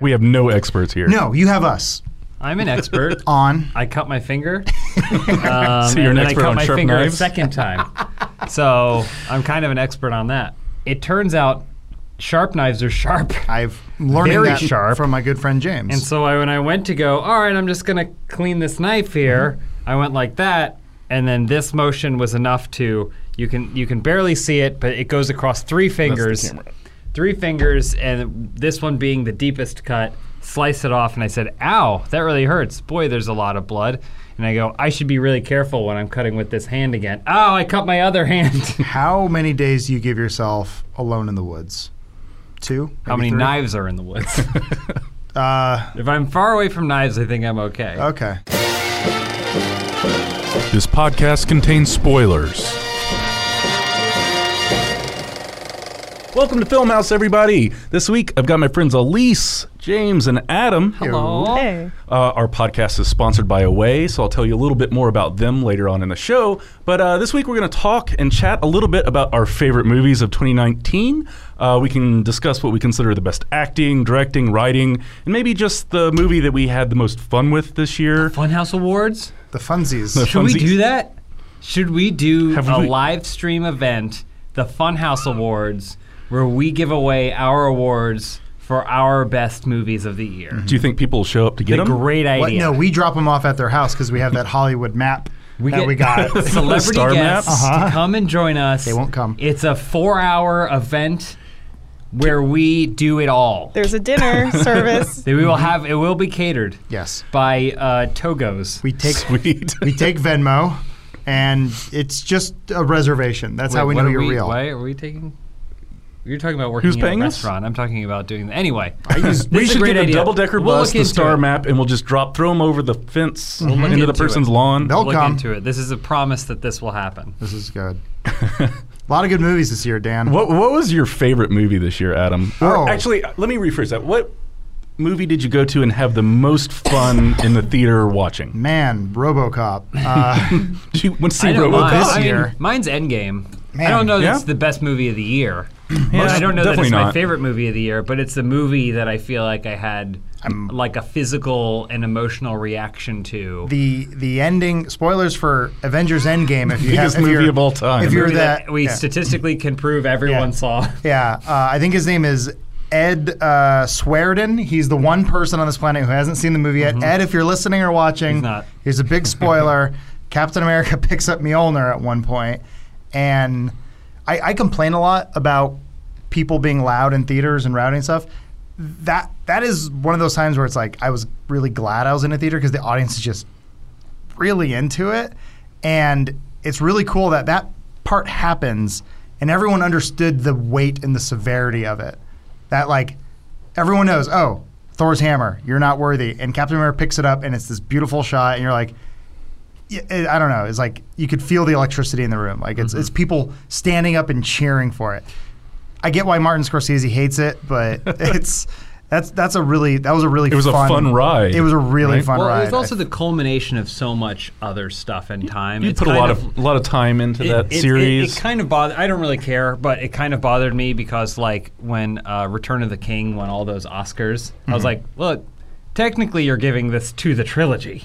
We have no experts here. No, you have us I'm an expert. on. I cut my finger. Um, Um, So you're an and then expert I cut on my sharp finger knives? a second time. so I'm kind of an expert on that. It turns out sharp knives are sharp. I've learned Very that sharp. from my good friend James. And so I, when I went to go, all right, I'm just going to clean this knife here, I went like that. And then this motion was enough to, you can, you can barely see it, but it goes across three fingers. camera. Three fingers, and this one being the deepest cut, slice it off. And I said, ow, that really hurts. Boy, there's a lot of blood. And I go, I should be really careful when I'm cutting with this hand again. Oh, I cut my other hand. How many days do you give yourself alone in the woods? Two? How many Maybe three? knives are in the woods? Uh, if I'm far away from knives, I think I'm okay. okay. This podcast contains spoilers. Welcome to Film House, everybody. This week, I've got my friends Elise, James, and Adam. Hello. Hey. Uh, our podcast is sponsored by Away, so I'll tell you a little bit more about them later on in the show. But uh, this week we're going to talk and chat a little bit about our favorite movies of 2019. Uh, we can discuss what we consider the best acting, directing, writing, and maybe just the movie that we had the most fun with this year. Funhouse Awards. The funsies. The Should we Funsies. do that? Should we do Have a we- live stream event, the Funhouse Awards, where we give away our awards for our best movies of the year? Do you think people will show up to get them? Great Mm-hmm. What? idea. No, we drop them off at their house because we have that Hollywood map that get we got. celebrity Star guests map? to come and join us. They Uh-huh. won't come. It's a four-hour event where we do it all. There's a dinner service. That we will have. It will be catered Mm-hmm. yes. by uh, Togos. We take Sweet. we take Venmo, and it's just a reservation. That's how Wait, we what know are you're real. Why are we taking? You're talking about working Who's in a paying us? restaurant. I'm talking about doing that. Anyway, use- This we is should a great get a idea. double decker We'll bus, look the into star it. map, and we'll just drop, throw them over the fence look into the into person's it. lawn. They'll Look come. into it. This is a promise that this will happen. This is good. a lot of good movies this year, Dan. What What was your favorite movie this year, Adam? Or Oh. actually, let me rephrase that. What movie did you go to and have the most fun in the theater watching? Man, RoboCop. Uh, Did you went to see I know RoboCop? mine. this I mean, year. mine's Endgame. I Man. don't know Yeah? that's the best movie of the year. Yeah, I don't know that definitely it's my not. favorite movie of the year, but it's the movie that I feel like I had like a physical and emotional reaction to. the the ending spoilers for Avengers Endgame. If you Biggest have, if movie you're- of all time. If you're Movie that, we yeah. statistically can prove everyone Yeah. saw. Yeah, uh, I think his name is Ed uh, Swearden. He's the one person on this planet who hasn't seen the movie yet. Ed, if you're listening or watching, Mm-hmm. He's not. here's a big spoiler. Captain America picks up Mjolnir at one point, and I, I complain a lot about people being loud in theaters and rowdy and stuff. That that is one of those times where it's like I was really glad I was in a theater because the audience is just really into it and it's really cool that that part happens and everyone understood the weight and the severity of it that like everyone knows oh thor's hammer you're not worthy and captain america picks it up and it's this beautiful shot and you're like y- I don't know. It's like you could feel the electricity in the room. Like Mm-hmm. it's it's people standing up and cheering for it. I get why Martin Scorsese hates it, but it's that's that's a really that was a really It was a fun, fun ride, It was a really right? fun Well, ride. it was also I the culmination of so much other stuff and time. You It's put a kind lot of, lot of time into It- that it- it- series. It, kind of bothered. I don't really care, but it kind of bothered me because, like, when uh, Return of the King won all those Oscars, I Mm-hmm. was like, look, technically, you're giving this to the trilogy.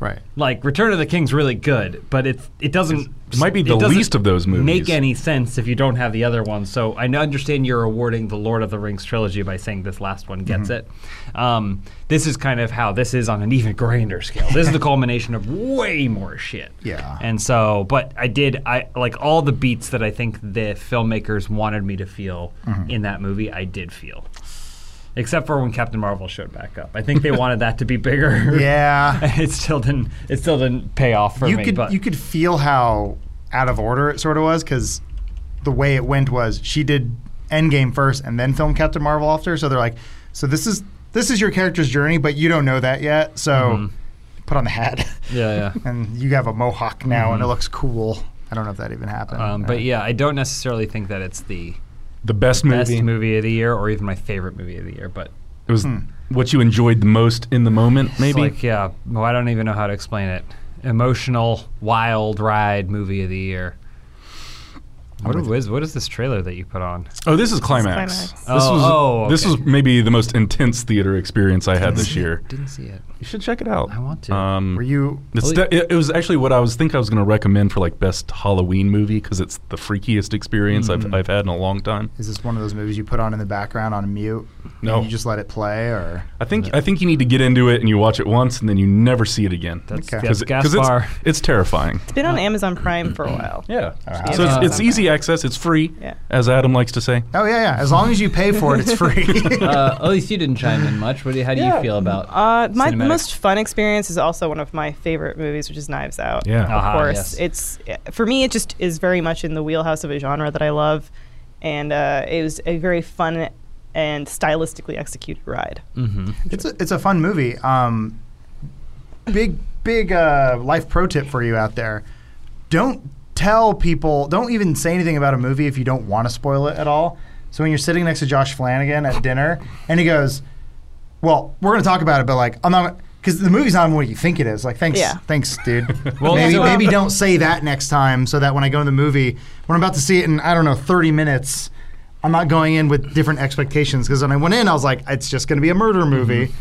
right. Like, Return of the King's really good, but it's it doesn't. It might be the doesn't least of those movies. Make any sense if you don't have the other ones. So I n- understand you're awarding the Lord of the Rings trilogy by saying this last one gets Mm-hmm. it. Um, this is kind of how this is on an even grander scale. This is the culmination of way more shit. Yeah. And so, but I did I like all the beats that I think the filmmakers wanted me to feel Mm-hmm. in that movie. I did feel. Except for when Captain Marvel showed back up, I think they wanted that to be bigger. Yeah. it still didn't. It still didn't pay off for you me. could but you could feel how out of order it sort of was because the way it went was she did Endgame first and then film Captain Marvel after. So they're like, so this is this is your character's journey, but you don't know that yet. So Mm-hmm. put on the hat, yeah, yeah. and you have a mohawk now, and it looks cool. I don't know if that even happened. Mm-hmm. Uh, Um, but yeah, I don't necessarily think that it's the the best best movie. movie of the year or even my favorite movie of the year. But It was what you enjoyed the most in the moment, Hmm. it's maybe. like, yeah, well, I don't even know how to explain it. Emotional, wild ride movie of the year. What is what is this trailer that you put on? Oh, this is climax. Climax. This Oh, was oh, this was okay. maybe the most intense theater experience I had this year. Didn't see it. You should check it out. I want to. Um, Were you? It's Well, de- it, it was actually what I was think I was going to recommend for like best Halloween movie because it's the freakiest experience I've, I've had in a long time. Is this one of those movies you put on in the background on mute? No. And you just let it play, or I think I think you need to get into it and you watch it once and then you never see it again. That's, Okay. that's it- it's, Gaspar. it's terrifying. It's Uh, been on Amazon Prime for a while. Yeah. right. So Yeah. it's, it's easy access. It's free, Yeah. as Adam likes to say. oh yeah, yeah. As long as you pay for it, it's free. uh, at least you didn't chime in much. What do you, how do Yeah. you feel about? Uh, my the Cinematic. most fun experience is also one of my favorite movies, which is Knives Out. Yeah. of Ah, yes. course. It's for me, it just is very much in the wheelhouse of a genre that I love, and uh, it was a very fun and stylistically executed ride. Mm-hmm. It's a, it's a fun movie. Um, big big uh, life pro tip for you out there. Don't tell people. Don't even say anything about a movie if you don't want to spoil it at all. So when you're sitting next to Josh Flanagan at dinner and he goes, "Well, we're going to talk about it, but like I'm not." Because the movie's not what you think it is. Like, thanks, Yeah. thanks, dude. Well, maybe, so- um, maybe don't say that next time, so that when I go to the movie, when I'm about to see it in I don't know 30 minutes, I'm not going in with different expectations. Because when I went in, I was like, it's just going to be a murder movie.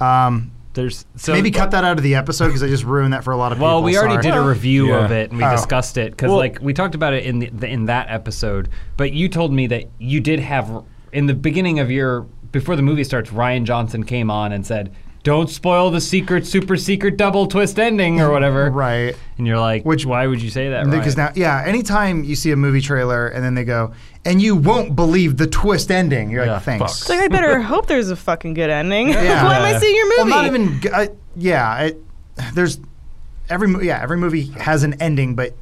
Um, There's Mm-hmm. so maybe cut that out of the episode because I just ruined that for a lot of people. Well, we already sorry. did a review of Yeah. it and we Oh. discussed it because, Well- like, we talked about it in the, the, in that episode. But you told me that you did have in the beginning of your before the movie starts, Ryan Johnson came on and said, "Don't spoil the secret, super secret double twist ending or whatever." Right. And you're like, Which- "Which? Why would you say that?" Because Ryan? now, yeah, anytime you see a movie trailer and then they go, and you won't believe the twist ending, you're Yeah, like, thanks. It's like I better hope there's a fucking good ending. Yeah. Why am I seeing your Well, movie? not even. g- I, yeah, it, there's every mo- yeah every movie has an ending, but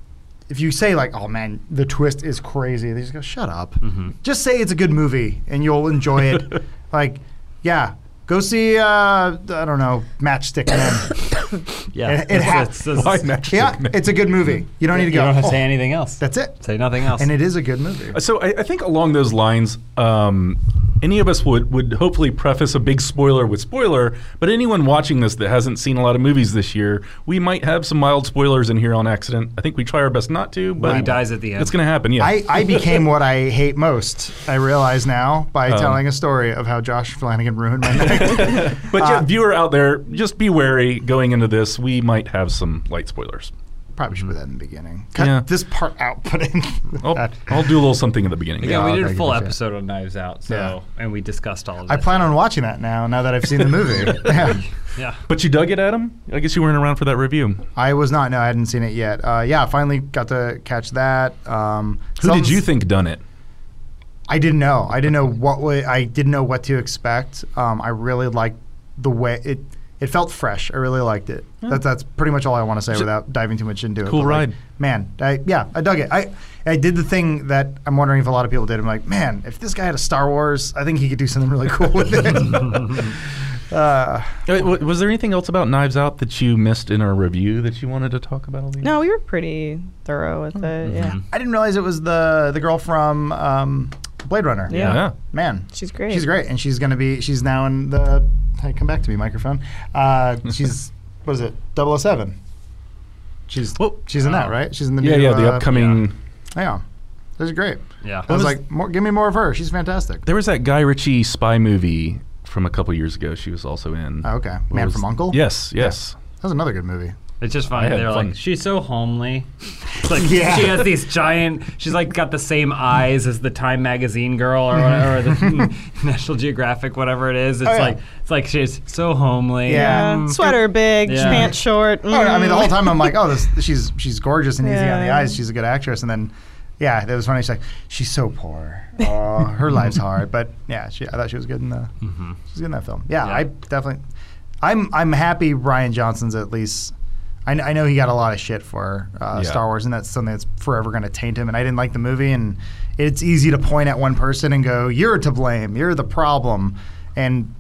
if you say like, oh man, the twist is crazy, they just go, shut up. Mm-hmm. Just say it's a good movie and you'll enjoy it. like, yeah. Go see, uh, I don't know, Matchstick Men. yeah, it- it ha- Why not? yeah, it's a good movie. You don't need to you go. don't have to "Oh, say anything else. That's it. say nothing else. And it is a good movie. So I, I think along those lines, um, any of us would, would hopefully preface a big spoiler with spoiler, but anyone watching this that hasn't seen a lot of movies this year, we might have some mild spoilers in here on accident. I think we try our best not to, but He dies at the end. It's going to happen, yeah. I, I became what I hate most. I realize now by Oh. telling a story of how Josh Flanagan ruined my night. but uh, yeah, viewer out there, just be wary going into this. We might have some light spoilers. Probably should put that in the beginning. Cut Yeah. Oh. this part out. Put in. I'll, that. I'll do a little something at the beginning. yeah, we I'll did a take full it. episode on Knives Out, so Yeah. and we discussed all of I that. plan on watching that now. Now that I've seen the movie. Yeah. yeah, But you dug it, Adam? I guess you weren't around for that review. I was not. No, I hadn't seen it yet. Uh, yeah, finally got to catch that. Um, Who some- did you think done it? I didn't know. I didn't know what wa- I didn't know what to expect. Um, I really liked the way it. It felt fresh. I really liked it. That's that's pretty much all I want to say without diving too much into it. Cool But, like, ride. man. I, yeah, I dug it. I I did the thing that I'm wondering if a lot of people did. I'm like, man, if this guy had a Star Wars, I think he could do something really cool with it. uh, Uh, wa- Was there anything else about Knives Out that you missed in our review that you wanted to talk about? Olivia? no, we were pretty thorough with it. Mm-hmm. Yeah, I didn't realize it was the the girl from um, Blade Runner. Yeah. Yeah. Man, she's great. She's great, and she's gonna be. She's now in the. Hey, come back to me, microphone. Uh, she's what is it? 007. She's Well- she's in that right? She's in the Yeah, new, yeah, the uh, upcoming. Yeah, this is great. yeah. I was, was- like, more, give me more of her. She's fantastic. There was that Guy Ritchie spy movie from a couple years ago. She was also in. Oh, okay, What Man was- from Uncle. Yes, yes. that was another good movie. It's just I funny. had They're fun. like, she's so homely. It's like Yeah. she has these giant. She's like got the same eyes as the Time magazine girl or, whatever, or the National Geographic, whatever it is. It's Oh, yeah. like it's like she's so homely. Yeah. Yeah. Sweater big, Yeah. pants short. Um, Oh, I mean, the whole mm. time I'm like, oh, this, she's she's gorgeous and easy on the Yeah. eyes. She's a good actress, and then. Yeah, that was funny. She's like, she's so poor. Oh, her life's hard, but yeah, she, I thought she was good in the She's good in that film. Yeah, Yeah. I definitely. I'm I'm happy Ryan Johnson's at least. I, kn- I know he got a lot of shit for uh, Yeah. Star Wars, and that's something that's forever going to taint him. And I didn't like the movie, and it's easy to point at one person and go, "You're to blame. You're the problem." And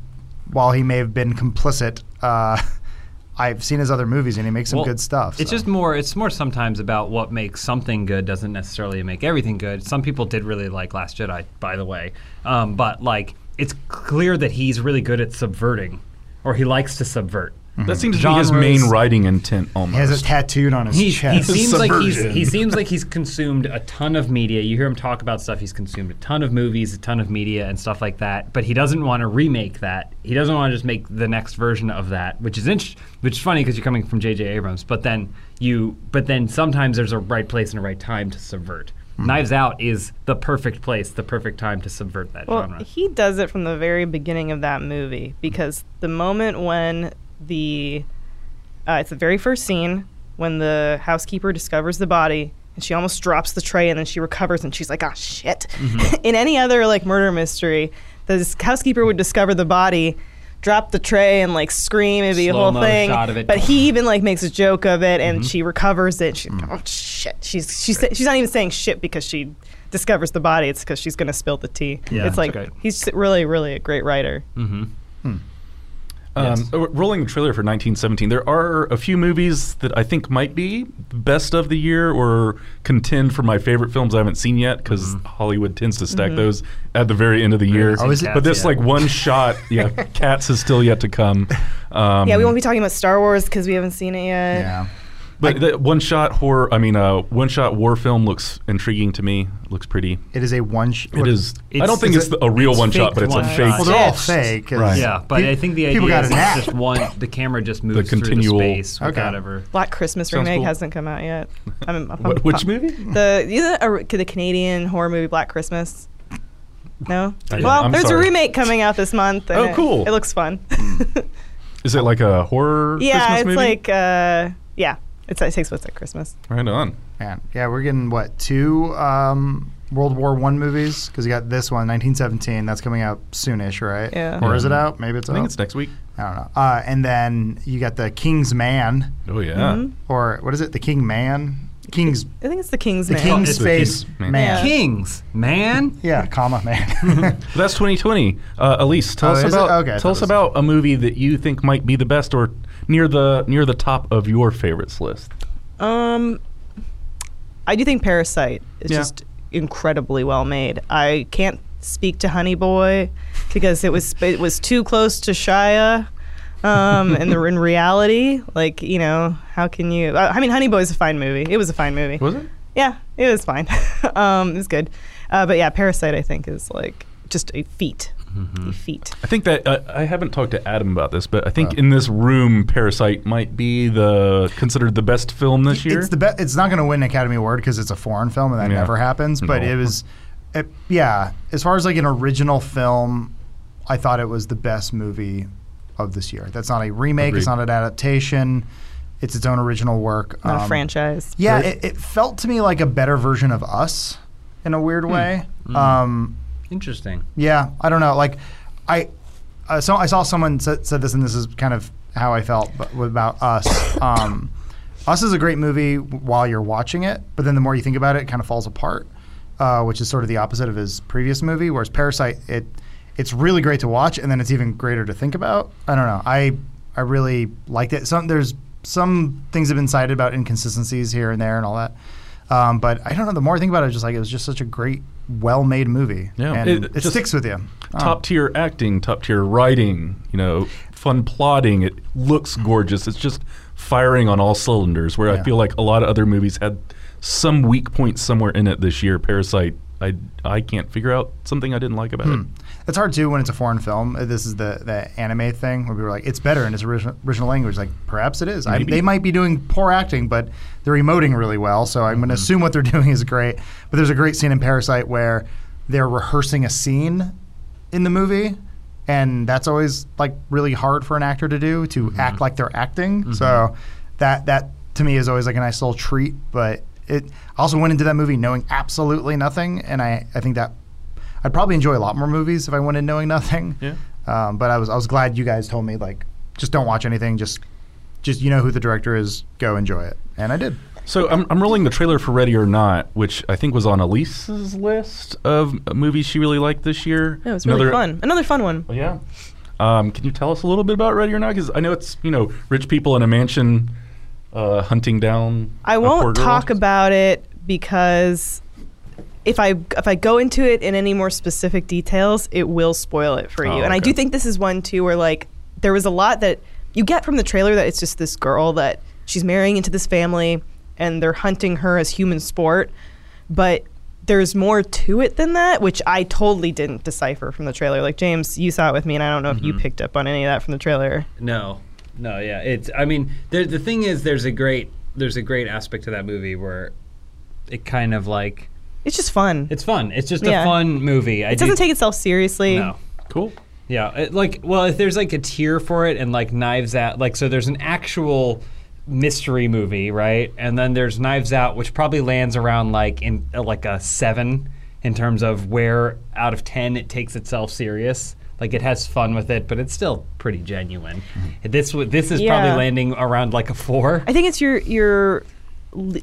while he may have been complicit, uh, I've seen his other movies, and he makes some Well, good stuff. It's so. just more. It's more sometimes about what makes something good doesn't necessarily make everything good. Some people did really like Last Jedi, by the way, um, but like it's clear that he's really good at subverting, or he likes to subvert. Mm-hmm. That seems to be his Genres. main writing intent He has it almost. tattooed on his He, he chest. seems like he's he Subversion. seems like he's consumed a ton of media. You hear him talk about stuff he's consumed a ton of movies, a ton of media and stuff like that, but he doesn't want to remake that. He doesn't want to just make the next version of that, which is int- which is funny because you're coming from JJ Abrams, but then you but then sometimes there's a right place and a right time to subvert. Knives Out is the perfect place, the perfect time to subvert that Well, genre. he does it from the very beginning of that movie because the moment when the uh, it's the very first scene when the housekeeper discovers the body and she almost drops the tray and then she recovers and she's like, "Ah, shit!" Mm-hmm. In any other like murder mystery, the s- housekeeper would discover the body. Drop the tray and like scream. It'd be a whole Slow-mo thing. shot of it. But he even like makes a joke of it, and Mm-hmm. she recovers it. She, Mm. oh shit! She's she's she's not even saying shit because she discovers the body. It's because she's gonna spill the tea. Yeah, it's like that's right. he's really, really a great writer. Mm-hmm. Um, Yes. uh, Rolling the trailer for 1917. There are a few movies that I think might be best of the year or contend for my favorite films I haven't seen yet because Mm-hmm. Hollywood tends to stack those at the very end of the year. Oh, is it- But this Cats, Mm-hmm. yeah. like one shot, yeah, Cats is still yet to come. Um, Yeah, we won't be talking about Star Wars because we haven't seen it yet. yeah. But the one shot horror, I mean, uh, one shot war film looks intriguing to me. Looks pretty. It is a one. Sh- It is. I don't It's- think it's it's, a, real it's one shot, faked but it's a one fake. shot. Well, they're all Yes. fake. 'cause Right. yeah, but pe- I think the idea people got is an it's app. just one. The camera just moves continual- through the space Okay. without ever. Black Christmas Sounds remake cool. hasn't come out yet. I'm, I'm- Wh- which movie? The isn't it a, the Canadian horror movie Black Christmas. No. I- Well, I'm there's a sorry. remake coming out this month. and Oh, it- cool. It, looks fun. Is it like a horror? yeah, Christmas it's movie? like uh, yeah, it's, it takes place at Christmas. right on. Man, yeah, we're getting what two um, World War One movies because you got this one, 1917. That's coming out soonish, right? Yeah. Or is it Yeah. out? Maybe it's I out. think it's next week. I don't know. Uh, and then you got the King's Man, Oh yeah. Mm-hmm. Mhm. or what is it? The King Man, King's I think it's the King's the Man. King it's the Space King's Man. Man. Kings, man. Yeah, comma man. But That's 2020. Uh, Elise, tell Oh, us is it? about Okay, I thought tell us it was- about a movie that you think might be the best or near the near the top of your favorites list. Um, I do think Parasite is Yeah. just incredibly well made. I can't speak to Honey Boy because it was it was too close to Shia. Um, and the, in reality, like you know, how can you? Uh, I mean, Honey Boy is a fine movie. It was a fine movie. Was it? Yeah, it was fine. um, it was good. Uh, but yeah, Parasite, I think, is like just a feat. A feat. I think that uh, I haven't talked to Adam about this, but I think Oh. in this room, Parasite might be the considered the best film this year. It's the best. It's not going to win an Academy Award because it's a foreign film and that Yeah. never happens. But No. it was, it, yeah. As far as like an original film, I thought it was the best movie of this year. That's not a remake. It's Agreed. not an adaptation. It's its own original work. Not a Um, franchise. Yeah, Right. it, it felt to me like a better version of Us in a Hmm. weird way. Hmm. Um, Interesting. yeah, I don't know. Like, I uh, so I saw someone said, said this, and this is kind of how I felt bu- about us. Um, us is a great movie while you're watching it, but then the more you think about it, it kind of falls apart, uh, which is sort of the opposite of his previous movie. Whereas Parasite, it it's really great to watch, and then it's even greater to think about. I don't know. I I really liked it. Some there's some things have been cited about inconsistencies here and there and all that. Um, but I don't know. The more I think about it, it's just like it was just such a great, well-made movie, Yeah. and It- it, just- sticks with you. Ah. Oh. top tier acting, top tier writing, you know, fun plotting. It looks Mm-hmm. gorgeous. It's just firing on all cylinders. Where I Yeah. feel like a lot of other movies had some weak point somewhere in it this year. Parasite, I I can't figure out something I didn't like about Hmm. it. It's hard too when it's a foreign film. Uh, This is the, the anime thing where people are like, it's better in its original, original language. Like, perhaps it is. I, Maybe. they might be doing poor acting, but they're emoting really well. So I'm going Mm-hmm. to assume what they're doing is great. But there's a great scene in Parasite where they're rehearsing a scene in the movie. And that's always like really hard for an actor to do to Mm-hmm. act like they're acting. So that that to me is always like a nice little treat. But it I also went into that movie knowing absolutely nothing, and I, I think that I'd probably enjoy a lot more movies if I went in knowing nothing. Yeah. Um, but I was I was glad you guys told me like just don't watch anything. Just just you know who the director is. Go enjoy it. And I did. So I'm, I'm rolling the trailer for Ready or Not, which I think was on Elise's list of movies she really liked this year. No, it was really Another- fun. Another fun one. Oh, yeah. Um, can you tell us a little bit about Ready or Not? Because I know it's you know rich people in a mansion uh, hunting down. I a poor won't girl. talk about it because if I if I go into it in any more specific details, it will spoil it for you. Oh, And I okay. do think this is one too where like there was a lot that you get from the trailer that it's just this girl that she's marrying into this family and they're hunting her as human sport, but there's more to it than that, which I totally didn't decipher from the trailer. Like James, you saw it with me, and I don't know if Mm-hmm. you picked up on any of that from the trailer. No, no, yeah. It's. I mean, there, the thing is, there's a great, there's a great aspect to that movie where it kind of like It's just fun. it's fun. It's just a Yeah. fun movie. I it doesn't take itself seriously. No. Cool. Yeah, it, like well, if there's like a tier for it, and like Knives Out, like so, there's an actual mystery movie, right? And then there's Knives Out, which probably lands around like in uh, like a seven in terms of where out of ten it takes itself serious. Like it has fun with it, but it's still pretty genuine. Mm-hmm. This w- this is Yeah. probably landing around like a four. I think it's your your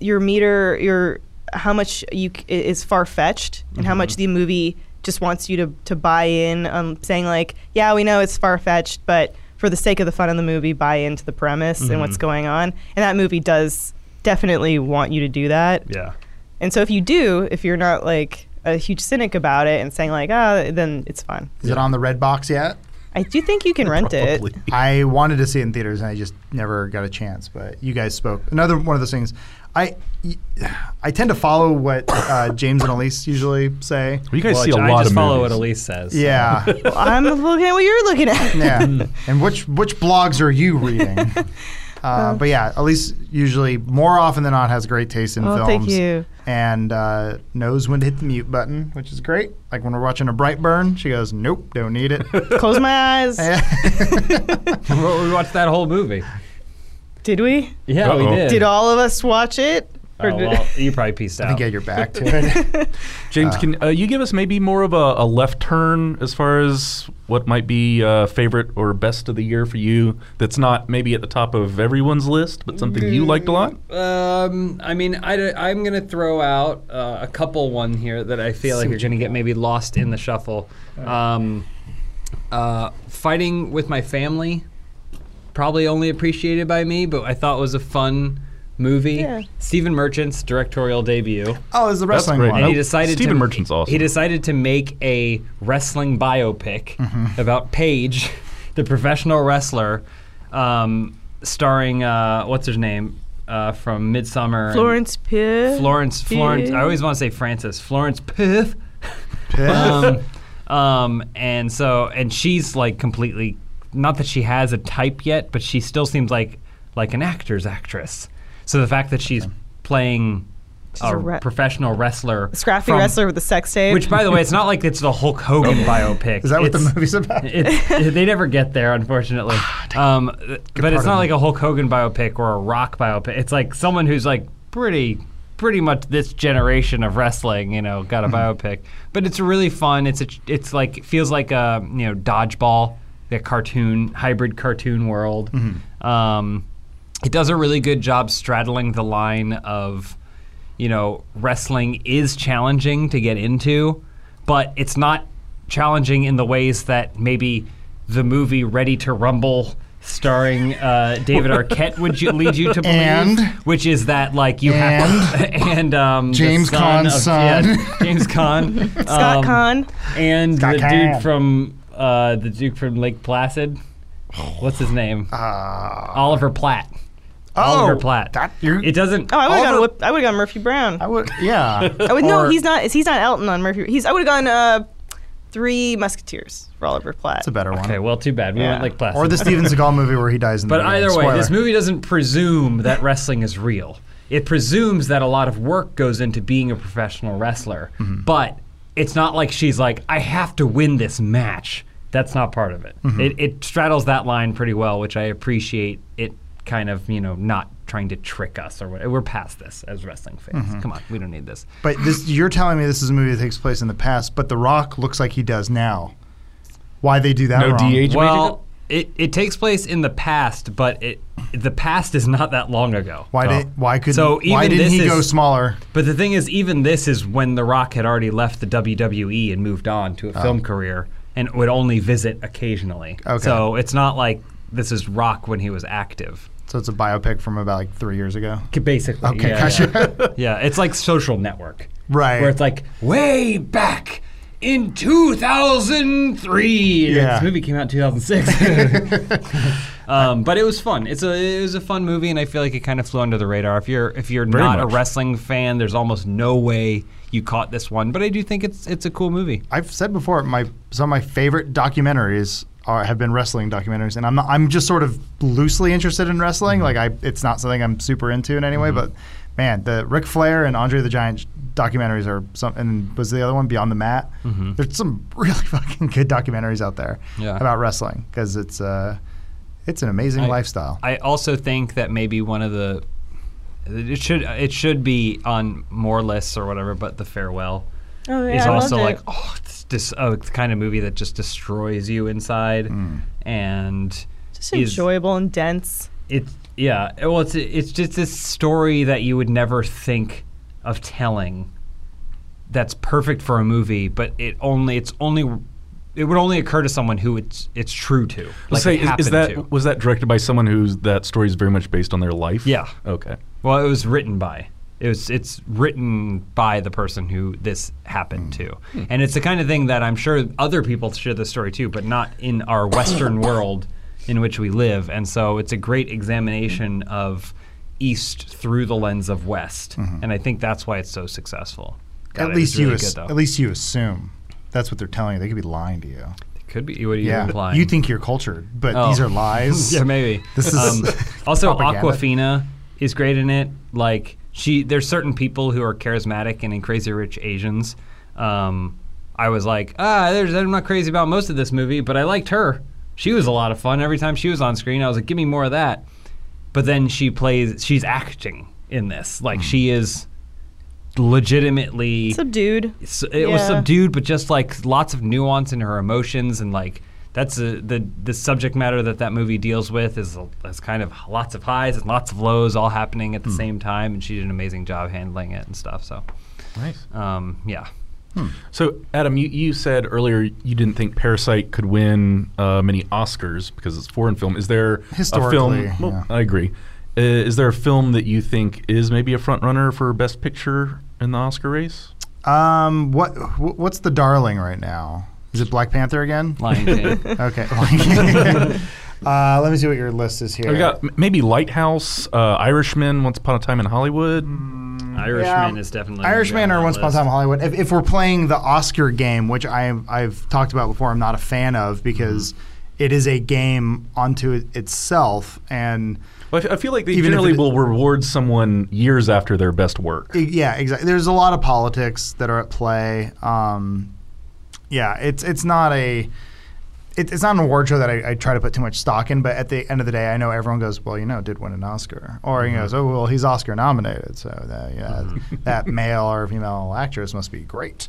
your meter your how much you c- i- is far fetched and how much the movie just wants you to to buy in on saying like yeah we know it's far fetched but for the sake of the fun of the movie buy into the premise and what's going on and that movie does definitely want you to do that Yeah. and so if you do if you're not like a huge cynic about it and saying like ah then it's fun Is it on the red box yet? I do think you can rent Probably. it I wanted to see it in theaters and I just never got a chance. But you guys spoke. Another one of those things. I I tend to follow what uh, James and Elise usually say. Well, you guys Well, see a I lot just of follow movies. what Elise says. Yeah, I'm looking at what you're looking at yeah. and which which blogs are you reading? Uh, but yeah, Elise usually more often than not has great taste in Oh, films. thank you. And uh, knows when to hit the mute button, which is great. Like when we're watching a bright burn, she goes, "Nope, don't need it." close my eyes we watched that whole movie. did we Yeah, we Uh-oh. did. Did all of us watch it? Or Oh, did- well, you probably pieced out. I get your back to it. James, can uh, you give us maybe more of a, a left turn as far as what might be uh, favorite or best of the year for you? That's not maybe at the top of everyone's list, but something you liked a lot. Um, I mean, I, am going to throw out uh, a couple one here that I feel like are going to get maybe lost in the shuffle. Um, uh, fighting with my family, probably only appreciated by me, but I thought was a fun movie. Yeah. Stephen Merchant's directorial debut. oh, it's the wrestling great. one. Nope. And he decided Stephen to, Merchant's awesome. He decided to make a wrestling biopic Mm-hmm. about Paige, the professional wrestler, um, starring uh, what's her name uh, from Midsummer. and- Florence Pugh. Florence. Florence. Pugh. I always want to say Francis. Florence Pugh. Yeah. Um, um, and so, and she's like completely. Not that she has a type yet, but she still seems like like an actor's actress. So the fact that she's playing a, a re- professional wrestler, Scrappy from- wrestler with the sex tape. which, by the way, it's not like it's the Hulk Hogan biopic. Is that what the It's- movie's about? it, they never get there, unfortunately. Um, but pardon. it's not like a Hulk Hogan biopic or a rock biopic. It's like someone who's like pretty, pretty much this generation of wrestling. You know, got a biopic. But it's really fun. It's a, it's like it feels like a you know dodgeball, the cartoon hybrid cartoon world. Um, it does a really good job straddling the line of you know, wrestling is challenging to get into, but it's not challenging in the ways that maybe the movie Ready to Rumble starring uh, David Arquette would you, lead you to believe, And- which is that like you have to, and um, the James son Caan's of- son. yeah, James Caan, Scott um, Kahn. and Scott the Caan. dude from uh, the dude from Lake Placid, what's his name? Uh, Oliver Platt. Oliver Platt. Oh, That, you It doesn't. Oh, I would have gone. Oliver- Whip, I would have gone Murphy Brown. I would, yeah. I would, Oh, no, Or- he's not. He's not Elton on Murphy. He's. I would have gone. Uh, Three Musketeers for Oliver Platt. It's a better one. Okay, well, too bad. We Yeah. went Lake Placid. Or the Steven Seagal movie where he dies in the But beginning. either way, Spoiler. this movie doesn't presume that wrestling is real. It presumes that a lot of work goes into being a professional wrestler. Mm-hmm. But it's not like she's like, I have to win this match. That's not part of it. Mm-hmm. it. It straddles that line pretty well, which I appreciate it kind of, you know, not trying to trick us or whatever. We're past this as wrestling fans. Mm-hmm. Come on, we don't need this. But this, you're telling me this is a movie that takes place in the past, but The Rock looks like he does now. Why they do that No wrong? DH. Did you make it up? Well, it, it takes place in the past, but it the past is not that long ago. Why did? Why could? So why even didn't this he is- go smaller? But the thing is, even this is when The Rock had already left the WWE and moved on to a film career and would only visit occasionally. Okay. So it's not like this is Rock when he was active. So it's a biopic from about like three years ago. C- Basically. Okay, yeah, gotcha. Yeah. Yeah, it's like Social Network. Right. Where it's like, way back in 2003. Yeah. This movie came out in 2006. Um, but it was fun. It's a it was a fun movie, and I feel like it kind of flew under the radar. If you're if you're Very not much. a wrestling fan, there's almost no way you caught this one. But I do think it's it's a cool movie. I've said before, my some of my favorite documentaries are, have been wrestling documentaries, and I'm not, I'm just sort of loosely interested in wrestling. Like I, it's not something I'm super into in any way. Mm-hmm. But man, the Ric Flair and Andre the Giant documentaries are some. And was the other one Beyond the Mat? There's some really fucking good documentaries out there Mm-hmm. Yeah. about wrestling because it's uh, it's an amazing I- lifestyle. I also think that maybe one of the it should it should be on more lists or whatever, but the farewell Oh yeah, is I loved also it. like oh it's just oh, it's the kind of movie that just destroys you inside Hmm. and just is- enjoyable and dense. it's yeah well it's it's just this story that you would never think of telling that's perfect for a movie but it only it's only it would only occur to someone who it's it's true to like Say, it is- is, happened that to. was that directed by someone who's that story is very much based on their life? Yeah. Okay. Well, it was written by. It was it's written by the person who this happened to, and it's the kind of thing that I'm sure other people share the story too, but not in our Western world in which we live. And so it's a great examination of East through the lens of West, and I think that's why it's so successful. God, at it was least you really ass- good, though. at least you assume that's what they're telling you. They could be lying to you. could be. What are you Yeah, implying? you think you're cultured, but Oh. these are lies. yeah, maybe. Um, This is also propaganda. Aquafina is great in it. Like she, there's certain people who are charismatic, and in Crazy Rich Asians, um, I was like, ah, there's, I'm not crazy about most of this movie, but I liked her. She was a lot of fun. Every time she was on screen, I was like, give me more of that. But then she plays, she's acting in this. Like Hmm. she is legitimately Subdued. s- it was Yeah. subdued, but just like lots of nuance in her emotions and like that's a, the the subject matter that that movie deals with is is kind of lots of highs and lots of lows all happening at the same time, and she did an amazing job handling it and stuff. So, Nice. um, yeah, So, Adam, you, you said earlier you didn't think Parasite could win uh, many Oscars because it's a foreign film. Is there a Historically, film? Well, yeah. I agree. Uh, is there a film that you think is maybe a front runner for Best Picture in the Oscar race? Um, what wh- what's the darling right now? Is it Black Panther again? Lion King. Okay. uh, let me see what your list is here. We got m- maybe Lighthouse, uh, Irishman, Once Upon a Time in Hollywood. Hmm. Irishman Yeah. is definitely Irishman or Once Upon a Time in Hollywood. If, if we're playing the Oscar game, which I I've talked about before, I'm not a fan of because it is a game onto it- itself, and Well, I, f- I feel like they Even if generally it- will reward someone years after their best work. I- yeah, exactly. There's a lot of politics that are at play. Um, yeah, it's it's not a it, it's not an award show that I, I try to put too much stock in. But at the end of the day, I know everyone goes, well, you know, it did win an Oscar, or you know, oh well, he's Oscar nominated, so that, yeah, that male or female actress must be great.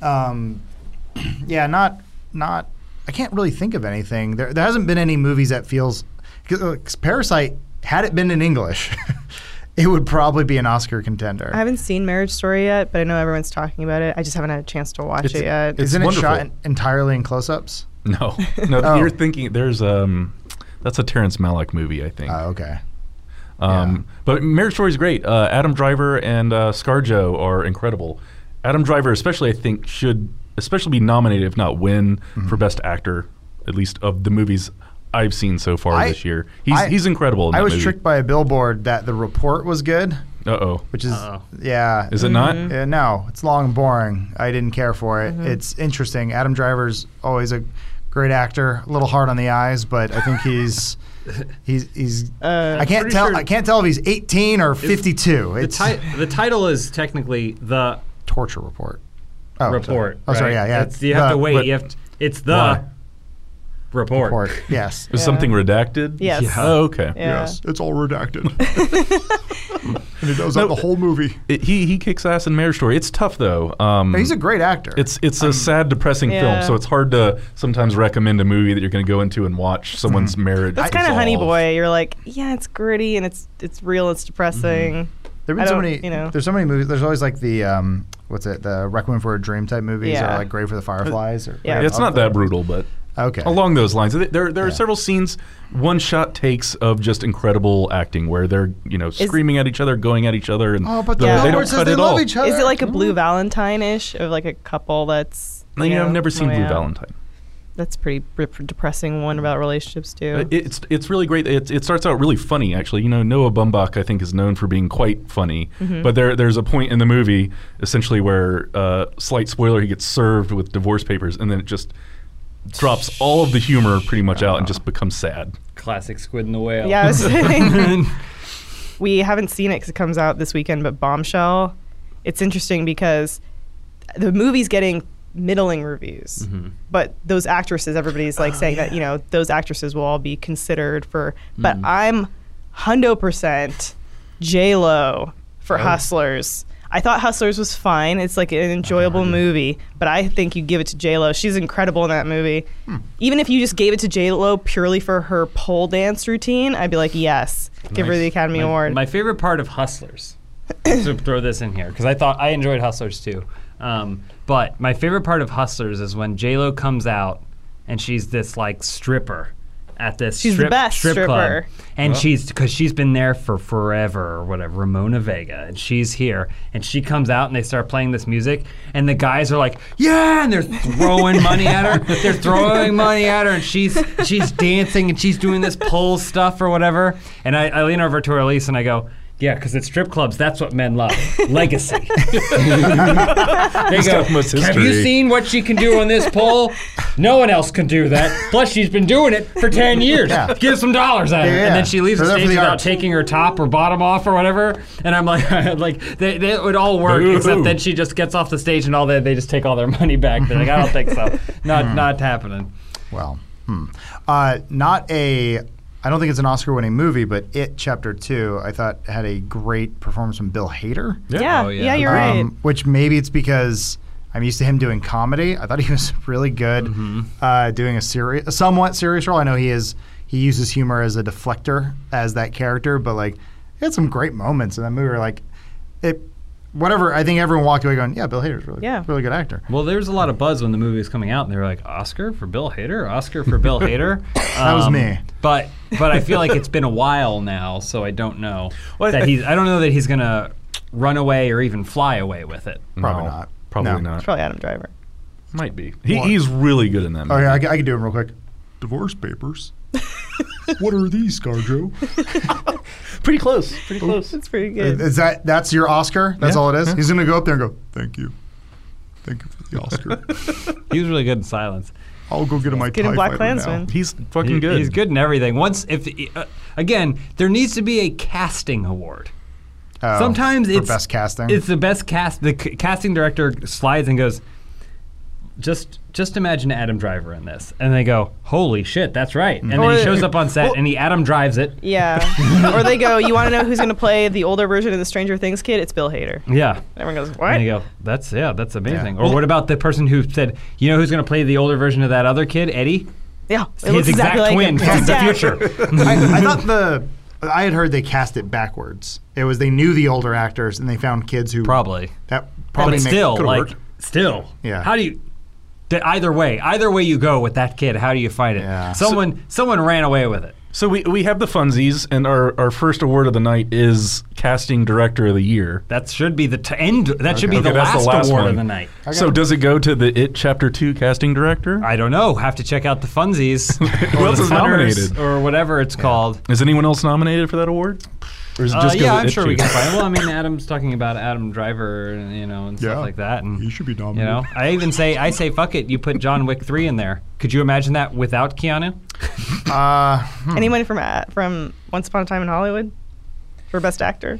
Um, yeah, not not. I can't really think of anything. There, there hasn't been any movies that feels. 'cause, uh, 'cause Parasite, had it been in English, it would probably be an Oscar contender. I haven't seen Marriage Story yet, but I know everyone's talking about it. I just haven't had a chance to watch It's- it yet. it's- Isn't it shot wonderful. en- entirely in close-ups? No, no, Oh. you're thinking there's um, that's a Terrence Malick movie, I think. Oh, okay. Um, But Marriage Story is great. Uh, Adam Driver and uh, ScarJo are incredible. Adam Driver, especially, I think, should especially be nominated, if not win, Mm-hmm. for Best Actor, at least of the movies I've seen so far I- this year. He's I- he's incredible. In I that was movie. tricked by a billboard that the report was good, Uh oh. which is Uh-oh. yeah. Is it not? Yeah, no, it's long and boring. I didn't care for it. Mm-hmm. It's interesting. Adam Driver's always a great actor. A little hard on the eyes, but I think he's he's he's. Uh, I can't pretty tell. sure- I can't tell if he's 18 or 52. The, It's ti- the title is technically the torture report. Oh, sorry. report. Oh, sorry. right? Yeah, yeah. It's- you have The to wait. but- you have to, it's the Why? report. Report. Yes. Is Yeah. something redacted? Yes. Yeah. Oh, okay. Yeah. It's all redacted. and he does that the whole movie. It- he he kicks ass in Marriage Story. It's tough though. Um, He's a Um, great actor. It's it's a sad, depressing Yeah. film, so it's hard to sometimes recommend a movie that you're going to go into and watch someone's Mm-hmm. marriage. That's kind of dissolve. Honey Boy. You're like, yeah, it's gritty and it's it's real. It's depressing. There've been I so don't- many. you know. There's so many movies. There's always like the um, what's it? The Requiem for a Dream type movies, Yeah. or like Grave for the Fireflies, or Yeah. or Yeah, It's not other- that brutal, but Okay. along those lines, Th- there there are Yeah. several scenes, one shot takes of just incredible acting where they're you know screaming at each other, going at each other, and Oh, but the- the Yeah. they billboard don't says cut they it love all. each other. Is it like a Blue Valentine ish of like a couple that's? Like, you you know, know, Oh, I've never seen way Blue out? Valentine. that's a pretty r- depressing one about relationships too. Uh, It's it's really great. It, it starts out really funny, actually. You know, Noah Baumbach, I think, is known for being quite funny. Mm-hmm. But there there's a point in the movie, essentially, where uh, slight spoiler, he gets served with divorce papers, and then it just drops all of the humor pretty much out and just becomes sad. Classic squid and the whale. yeah, I was saying we haven't seen it because it comes out this weekend. But Bombshell, it's interesting because the movie's getting middling reviews, but those actresses, everybody's like saying that you know those actresses will all be considered for. But I'm hundo percent J Lo for Hustlers. I thought Hustlers was fine. It's like an enjoyable movie, but I think you give it to J Lo. She's incredible in that movie. Even if you just gave it to J Lo purely for her pole dance routine, I'd be like, yes, give her Nice. the Academy My- Award. My favorite part of Hustlers. to throw this in here because I thought I enjoyed Hustlers too. Um, but my favorite part of Hustlers is when J Lo comes out and she's this like stripper at this She's the strip, best strip stripper. club, and she's because she's been there for forever or whatever. Ramona Vega, and she's here, and she comes out and they start playing this music, and the guys are like, yeah, and they're throwing money at her. They're throwing money at her, and she's she's dancing and she's doing this pole stuff or whatever. And I, I lean over to her Elise and I go. Yeah, because at strip clubs, that's what men love legacy. they go, Most Have you history." seen what she can do on this pole? No one else can do that. Plus, she's been doing it for 10 years. Give some dollars at her. Yeah, And yeah. then she leaves They're the there for stage the without art. taking her top or bottom off or whatever. And I'm like, like they, they, it would all work, Boo-hoo. except that she just gets off the stage and all that. They just take all their money back. They're like, I don't think so. Not, not happening. Well, hmm. uh, not a. I don't think it's an Oscar-winning movie, but It Chapter Two, I thought had a great performance from Bill Hader. yeah, Oh, yeah. yeah. you're Um, right. Which maybe it's because I'm used to him doing comedy. I thought he was really good uh, doing a serious, a somewhat serious role. I know he is. He uses humor as a deflector as that character, but like, he had some great moments in that movie. Where, like, it, whatever. I think everyone walked away going, "Yeah, Bill Hader's really, Yeah. really good actor." Well, there was a lot of buzz when the movie was coming out, and they were like, "Oscar for Bill Hader, Oscar for Bill Hader." that was me. But but I feel like it's been a while now, so I don't know Well, that I- he's. I don't know that he's gonna run away or even fly away with it. Probably No, not. Probably No. not. Probably Adam Driver. Might be. He, he's really good in that. Oh Movie. yeah, I, c- I can do him real quick. Divorce papers? what are these, Garjo? Pretty close. Pretty close. That's pretty good. Is that that's your Oscar? That's Yeah. all it is. He's gonna go up there and go. Thank you. Thank you for the Oscar. He was really good in silence. I'll go get my Good TIE in Black fighter now. Klansman. He's fucking He- good. He's good in everything. Once if uh, again, there needs to be a casting award. Oh, Sometimes for it's best casting. It's the best cast. The c- casting director slides and goes, just just imagine Adam Driver in this, and they go, holy shit, that's right. And then Or- he shows up on set and he Adam drives it. Yeah. or they go, you want to know who's going to play the older version of the Stranger Things kid? It's Bill Hader. Yeah. Everyone goes, And what? they go, that's yeah, that's amazing. Or what about the person who said, you know, who's going to play the older version of that other kid, Eddie? yeah, it His looks exact exactly like twin him. from the Yeah. future. I, I thought the I had heard they cast it backwards. It was they knew the older actors and they found kids who Probably. that probably but make- still, could've like, worked. still, Yeah. How do you? th- Either way, either way you go with that kid, how do you fight it? Yeah. Someone, someone ran away with it. So we, we have the funsies, and our, our first award of the night is casting director of the year. That should be the t- end. That should be Okay, the, that's last the last award one. of the night. So does it go to the It Chapter Two casting director? I don't know. Have to check out the funsies. Who or else the is Funners nominated? or whatever it's called. Is anyone else nominated for that award? Or is it Uh, just 'cause yeah, of I'm It sure we Chapter can find. Well, I mean, Adam's talking about Adam Driver, and, you know, and Yeah. stuff like that, and He should be you nominated. know, I even say, I say, fuck it. You put John Wick three in there. Could you imagine that without Keanu? Uh, hmm. Anyone from uh, from Once Upon a Time in Hollywood for Best Actor?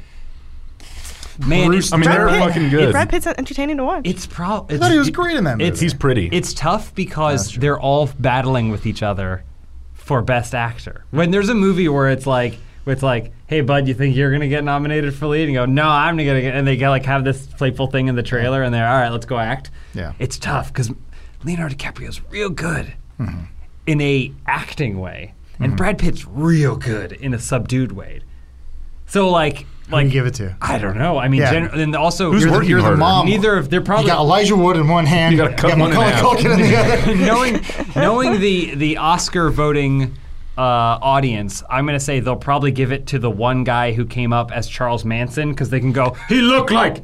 Man, Bruce- it's- I mean, they're Brad Pitt- fucking good. Brad Pitt's entertaining to watch. It's probably. I thought he was great in that movie. it's- He's pretty. It's tough because they're all battling with each other for best actor. When there's a movie where it's like where it's like, hey bud, you think you're gonna get nominated for lead? And you go, no, I'm gonna get. And they go like have this playful thing in the trailer, and they're all right, let's go act. Yeah. it's tough because Leonardo DiCaprio's real good Mm-hmm. in a acting way, and Brad Pitt's real good in a subdued way. So like, Who like you give it to. I don't know. I mean, Yeah. gen- and also Who's you're the, working you're the harder? mom. neither of they're you probably got Elijah Wood in one hand. You gotta cut one in Macaulay half. Culkin in the other. knowing knowing the the Oscar voting uh, audience, I'm going to say they'll probably give it to the one guy who came up as Charles Manson because they can go, he looked like,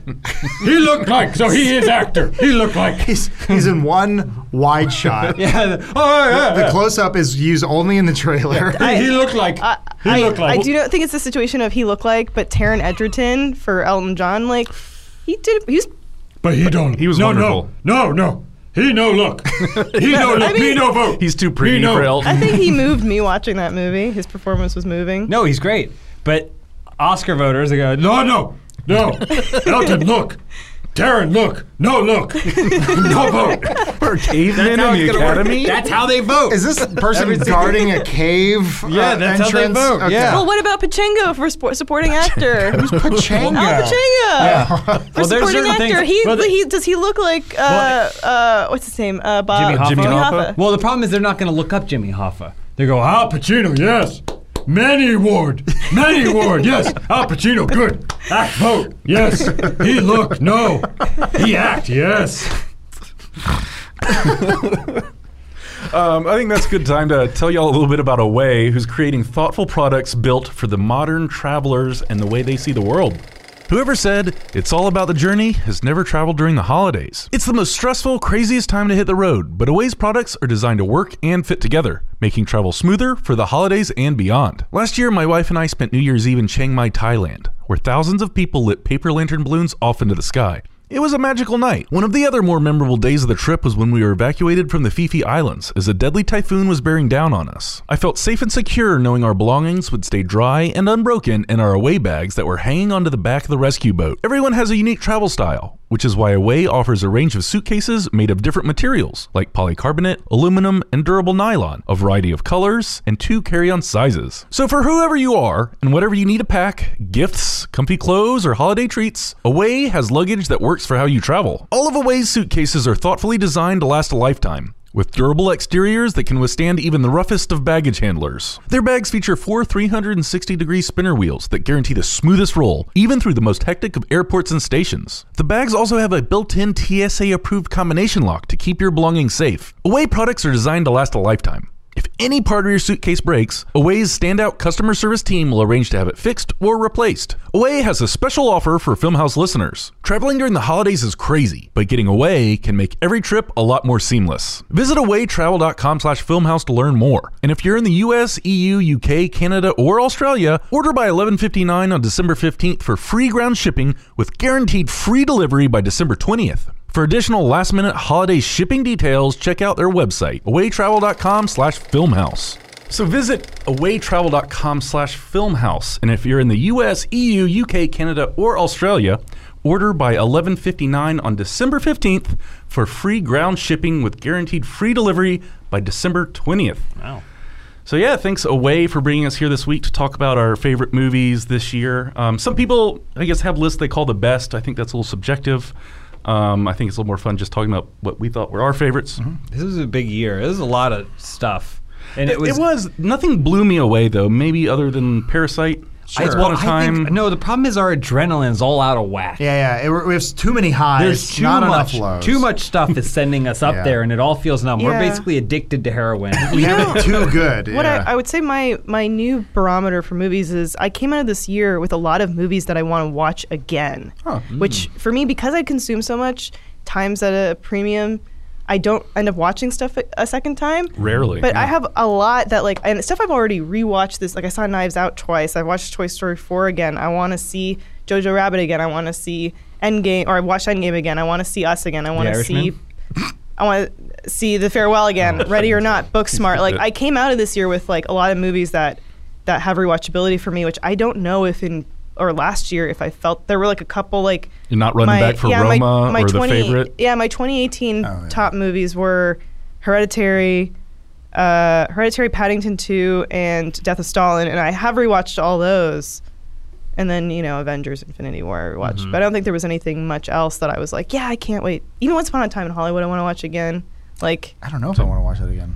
he looked like, so he is actor. He looked like. He's, he's in one wide shot. Yeah, the- oh, yeah, The yeah. close up is used only in the trailer. he looked like. I, he I, looked like. I do not think it's the situation of he looked like, but Taryn Edgerton for Elton John, like he did. He was. But he don't. He was no, wonderful. No, no, no. He no look. He no look. I mean- he no vote. He's too pretty He no- for Elton. I think he moved me watching that movie. His performance was moving. no, he's great. But Oscar voters, they go, no. No, no, no. Elton, look. Darren, look. No, look. No vote. We're cavemen in the academy. That's how they vote. Is this person guarding a cave? Yeah, uh, that's how they entrance? vote, Okay. yeah. Well, what about Pachinko for spo- supporting actor? Al Pachanga. Pachinko for Well, there's supporting certain things- actor. He, well, the- he does he look like uh, uh, what's his name? Uh, Bob Jimmy Hoffa? Jimmy Hoffa? Well, the problem is they're not going to look up Jimmy Hoffa. They go, Al Pacino, yes. Manny Ward. Manny Ward, yes. Al Pacino, good. Act vote, yes. He look, no. He act, yes. Um, I think that's a good time to tell y'all a little bit about Away, who's creating thoughtful products built for the modern travelers and the way they see the world. Whoever said it's all about the journey has never traveled during the holidays. It's the most stressful, craziest time to hit the road, but Away's products are designed to work and fit together, making travel smoother for the holidays and beyond. Last year, my wife and I spent New Year's Eve in Chiang Mai, Thailand, where thousands of people lit paper lantern balloons off into the sky. It was a magical night. One of the other more memorable days of the trip was when we were evacuated from the Fifi Islands as a deadly typhoon was bearing down on us. I felt safe and secure knowing our belongings would stay dry and unbroken in our away bags that were hanging onto the back of the rescue boat. Everyone has a unique travel style, which is why Away offers a range of suitcases made of different materials like polycarbonate, aluminum, and durable nylon, a variety of colors, and two carry on sizes. So, for whoever you are and whatever you need to pack gifts, comfy clothes, or holiday treats Away has luggage that works for how you travel. All of Away's suitcases are thoughtfully designed to last a lifetime. With durable exteriors that can withstand even the roughest of baggage handlers. Their bags feature four 360 degree spinner wheels that guarantee the smoothest roll, even through the most hectic of airports and stations. The bags also have a built in TSA approved combination lock to keep your belongings safe. Away products are designed to last a lifetime. If any part of your suitcase breaks, Away's standout customer service team will arrange to have it fixed or replaced. Away has a special offer for Filmhouse listeners. Traveling during the holidays is crazy, but getting away can make every trip a lot more seamless. Visit awaytravel.com slash filmhouse to learn more. And if you're in the E US, EU, UK, Canada, or Australia, order by 1159 on December 15th for free ground shipping with guaranteed free delivery by December 20th. For additional last-minute holiday shipping details, check out their website, awaytravel.com slash filmhouse. So visit awaytravel.com slash filmhouse. And if you're in the E U.S., EU, UK, Canada, or Australia, order by 1159 on December 15th for free ground shipping with guaranteed free delivery by December 20th. Wow. So yeah, thanks Away for bringing us here this week to talk about our favorite movies this year. Um, some people, I guess, have lists they call the best. I think that's a little subjective. Um, I think it's a little more fun just talking about what we thought were our favorites. Mm-hmm. This was a big year. This was a lot of stuff, and it It, was. it was nothing blew me away though. Maybe other than Parasite. I- Once well, upon a I time. Think, no, the problem is our adrenaline is all out of whack. Yeah, yeah. It, we have too many highs, There's too not much. enough lows. Too much stuff is sending us up Yeah. there, and it all feels numb. We're Yeah. basically addicted to heroin. We have it too good. What yeah. I, I would say my my new barometer for movies is I came out of this year with a lot of movies that I want to watch again, which for me because I consume so much times at a premium, I don't end up watching stuff a, a second time. Rarely. But I have a lot that like and stuff I've already rewatched this. Like I saw Knives Out twice. I watched Toy Story four again. I want to see Jojo Rabbit again. I want to see Endgame or I watched Endgame again. I want to see Us again. I want to Irishman? see. I want to see The Farewell again. Ready or not, Book Smart. Like I came out of this year with like a lot of movies that that have rewatchability for me, which I don't know if in or last year if I felt there were like a couple like You're not running back for yeah, my- Roma my or the 20 favorite? Yeah, my 2018 Oh, yeah. top movies were Hereditary, uh, Hereditary, Paddington 2, and Death of Stalin, and I have rewatched all those. And then you know Avengers: Infinity War I rewatched, Mm-hmm. but I don't think there was anything much else that I was like, yeah, I can't wait. Even Once Upon a Time in Hollywood, I want to watch again. Like, I don't know if I want to watch that again.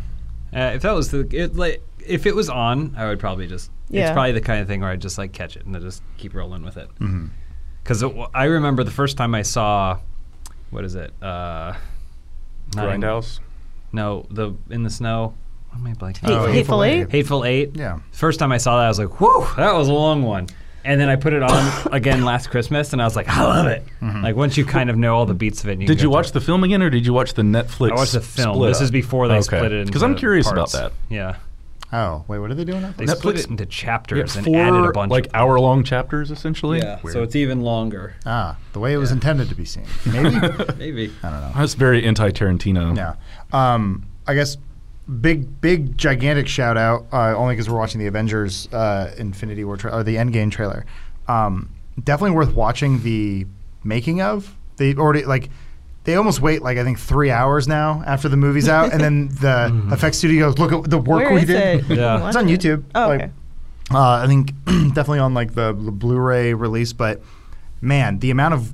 Uh, if that was the it, like, if it was on, I would probably just. It's Yeah. probably the kind of thing where I just like catch it and then just keep rolling with it. Mm-hmm. Because I remember the first time I saw, what is it? Uh, not in- Grindhouse. No, the in the snow. What am I blanking? Hate- on? Oh, Hateful Hateful Eight. Hateful Eight. Yeah. First time I saw that, I was like, "Whoa, that was a long one." And then I put it on again last Christmas, and I was like, "I love it!" Like once you kind of know all the beats of it. And you Mm-hmm. Did can you go watch the film again, or did you watch the Netflix? through- I watched the film. split This is up? before they Okay. split it. Because I'm into curious parts. about that. Yeah, Oh, wait, what are they doing? After? they that? split Netflix- it into We chapters had and four added a bunch like of hour-long chapters essentially. so it's even longer. Ah, the way it was intended to be seen. Maybe. Maybe. I was very anti-Tarantino. Yeah. Um, I guess big, big, gigantic shout out, uh, only because we're watching the Avengers uh, Infinity War tra- or the Endgame trailer. Um, definitely worth watching the making of. They already, like, they almost wait, like, I think three hours now after the movie's out. and then the effects studio goes, look at the work Where we is did. it? Yeah. Uh, It's on YouTube. Oh, Like, okay. uh, I think definitely on like the, the Blu-ray release, but man, the amount of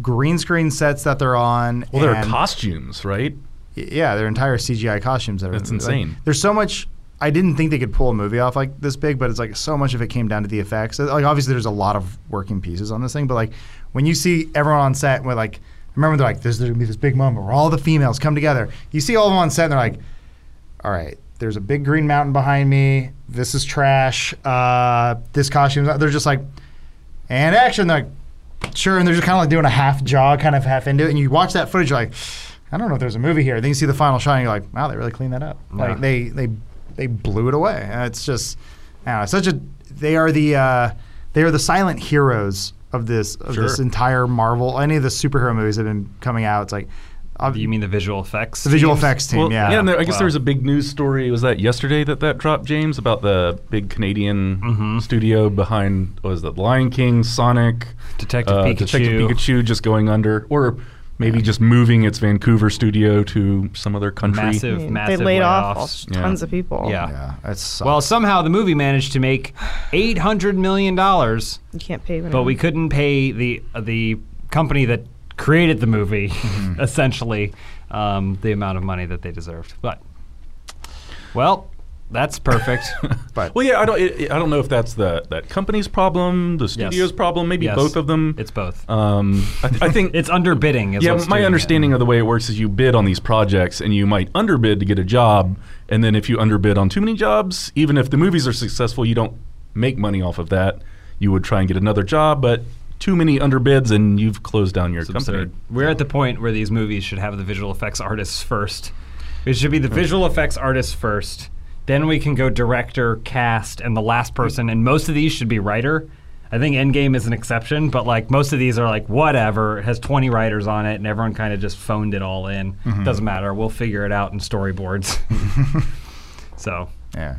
green screen sets that they're on. Well, there are and- costumes, right? Y- Yeah, their entire CGI costumes. That are, That's like, insane. there's so much. I didn't think they could pull a movie off like this big, but it's like so much of it came down to the effects. Uh, Like obviously, there's a lot of working pieces on this thing, but like when you see everyone on set, with like remember they're like, "There's gonna be this big moment where all the females come together." You see all of them on set, and they're like, "All right, there's a big green mountain behind me. This is trash. Uh, this costume." They're just like, and action. They're like, sure. And they're just kind of like doing a half jaw, kind of half into it. And you watch that footage, you're like, I don't know if there's a movie here. Then you see the final shot, and you're like, wow, they really cleaned that up. Like they they they blew it away. And it's just, I don't know, it's such a. They are the uh, they are the silent heroes of this of this Sure. entire Marvel. Any of the superhero movies that have been coming out. It's like, ob- You mean the visual effects? the visual teams? effects team? Well, yeah. and there, I guess there Wow. was a big news story. Was that yesterday that that dropped, James, about the big Canadian Mm-hmm. studio behind what was that Lion King, Sonic, uh, Detective Pikachu. Detective Pikachu just going under, or maybe just moving its Vancouver studio to some other country. Massive, I mean, massive they laid off all- layoffs. Yeah. tons of people. Yeah. yeah, it's Well, somehow the movie managed to make eight hundred million dollars, You can't pay them. but we couldn't pay the the company that created the movie, Mm-hmm. essentially, um, the amount of money that they deserved. But, well, that's perfect. but Well, yeah, I don't. It, it- I don't know if that's the that company's problem, the studio's problem, maybe Yes. both of them. it's both. um, I, th- I think it's underbidding. Is yeah. what's doing My it. understanding of the way it works is you bid on these projects, and you might underbid to get a job, and then if you underbid on too many jobs, even if the movies are successful, you don't make money off of that. You would try and get another job, but too many underbids, and you've closed down your It's company. absurd. We're at the point where these movies should have the visual effects artists first. It should be the visual effects artists first. Then we can go director, cast, and the last person. And most of these should be writer. I think Endgame is an exception, but like most of these are like whatever. It has 20 writers on it, and everyone kind of just phoned it all in. Doesn't matter. We'll figure it out in storyboards. so, yeah.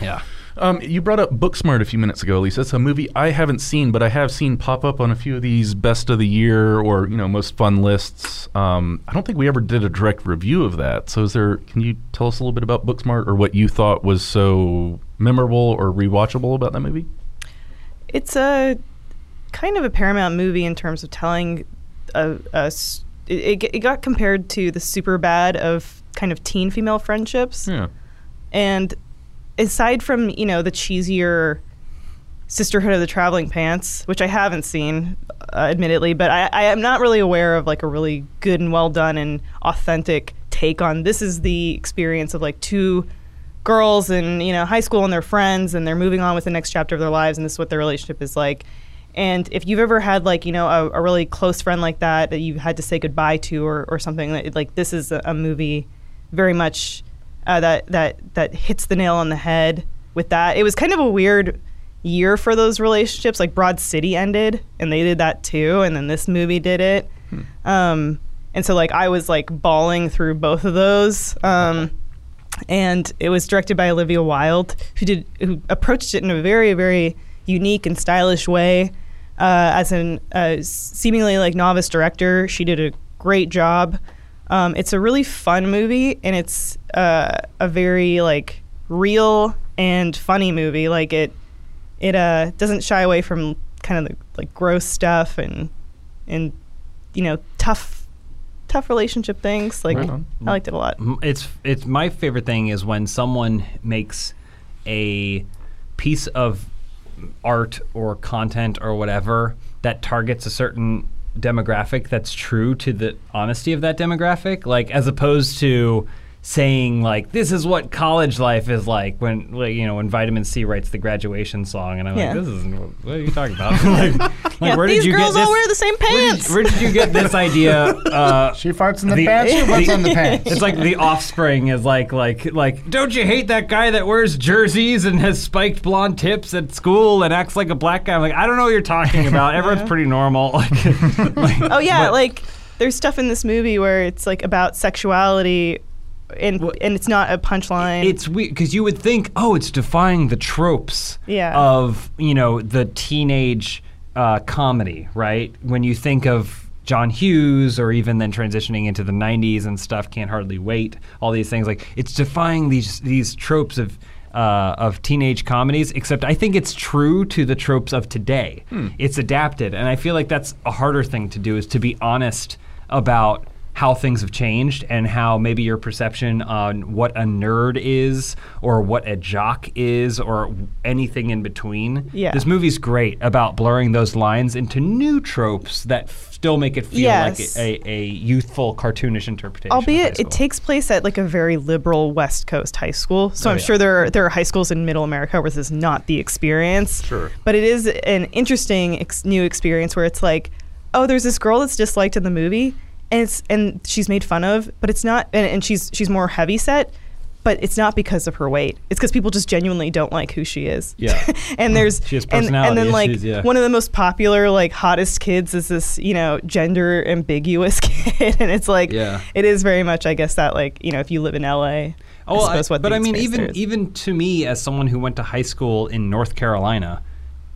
yeah. Um, you brought up Booksmart a few minutes ago, Elise. That's a movie I haven't seen, but I have seen pop up on a few of these best of the year or you know most fun lists. Um, I don't think we ever did a direct review of that. So, is there? Can you tell us a little bit about Booksmart or what you thought was so memorable or rewatchable about that movie? It's a kind of a Paramount movie in terms of telling a. a s- it, it g- it got compared to the super bad of kind of teen female friendships. Yeah, And aside from, you know, the cheesier Sisterhood of the Traveling Pants, which I haven't seen, uh, admittedly, but I, I am not really aware of like a really good and well done and authentic take on this is the experience of like two girls in, you know, high school and their friends and they're moving on with the next chapter of their lives and this is what their relationship is like. And if you've ever had like, you know, a, a really close friend like that that you had to say goodbye to or, or something, like- like this is a, a movie very much uh, that that that hits the nail on the head with that. It was kind of a weird year for those relationships. Like Broad City ended, and they did that too, and then this movie did it. Um, and so like I was like bawling through both of those. Um, and it was directed by Olivia Wilde, who did who approached it in a very very unique and stylish way. Uh, as an uh, seemingly like novice director, she did a great job. Um, it's a really fun movie, and it's uh, a very like real and funny movie. Like it, it uh, doesn't shy away from kind of the like gross stuff and and you know tough tough relationship things. Like Right on. I liked it a lot. M- it's it's my favorite thing is when someone makes a piece of art or content or whatever that targets a certain demographic that's true to the honesty of that demographic like as opposed to saying like this is what college life is like when like you know when Vitamin C writes the graduation song and I'm Yeah. like this isn't what, what are you talking about like, like Yeah, where these did you girls get this all wear the same where did, pants. where did you get this idea uh, She farts in the, The- pants. She farts the- on the pants. it's like the offspring is like like like don't you hate that guy that wears jerseys and has spiked blonde tips at school and acts like a black guy? I'm like, I don't know what you're talking about. Everyone's pretty normal. Like, like- oh yeah, like there's stuff in this movie where it's like about sexuality, and Well, and it's not a punchline. It's weird because you would think, oh, it's defying the tropes Yeah. of you know the teenage uh, comedy, right? When you think of John Hughes or even then transitioning into the '90s and stuff, can't hardly wait. All these things like it's defying these these tropes of. Uh, of teenage comedies, except I think it's true to the tropes of today. It's adapted, and I feel like that's a harder thing to do is to be honest about how things have changed and how maybe your perception on what a nerd is or what a jock is or anything in between. Yeah. This movie's great about blurring those lines into new tropes that f- still make it feel Yes. like a, a, a youthful cartoonish interpretation. of albeit high it school. takes place at like a very liberal West Coast high school. So I'm Oh, yeah. sure there are, there are high schools in Middle America where this is not the experience. Sure. but it is an interesting ex- new experience where it's like, oh, there's this girl that's disliked in the movie, and it's and she's made fun of, but it's not, and, and she's she's more heavy set. But it's not because of her weight. It's because people just genuinely don't like who she is. Yeah. and there's She has and, and then personality like issues, yeah. one of the most popular like hottest kids is this you know gender ambiguous kid, and it's like Yeah. it is very much, I guess, that like you know, if you live in LA, Oh, I well, suppose I- what. but the I mean, experience there even is. even to me, as someone who went to high school in North Carolina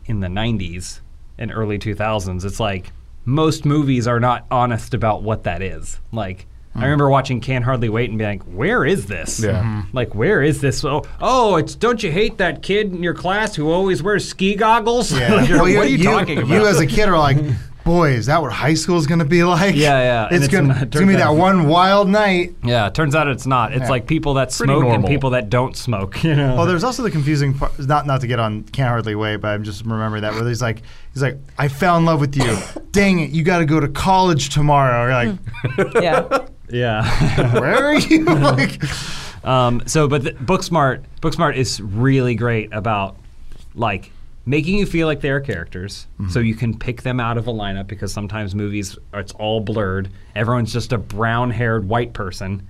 in the '90s and early 2000s, it's like most movies are not honest about what that is. Like, Hmm. I remember watching Can Hardly Wait and being like, "Where is this? Yeah. Mhm. Hmm. Like, where is this? Oh, oh, it's don't you hate that kid in your class who always wears ski goggles? Yeah. Like, Well, what are you, talking about? You as a kid are like, boy, is that what high school is going to be like? Yeah, yeah. And It's, it's going not- Mm-hmm. to it it's gonna be turns that out- one wild night. yeah, turns out it's not. It's Yeah. like people that Pretty smoke and normal. people that don't smoke. You know. Well, there's also the confusing part. Not not to get on, can't hardly wait, but I'm just remembering that where he's like, he's like, I fell in love with you. Dang it, you got to go to college tomorrow. You're yeah, yeah. like, where are you? like, Um, so, but the, Booksmart, Booksmart is really great about like making you feel like they are characters, so you can pick them out of a lineup because sometimes movies are- it's all blurred. Everyone's just a brown-haired white person,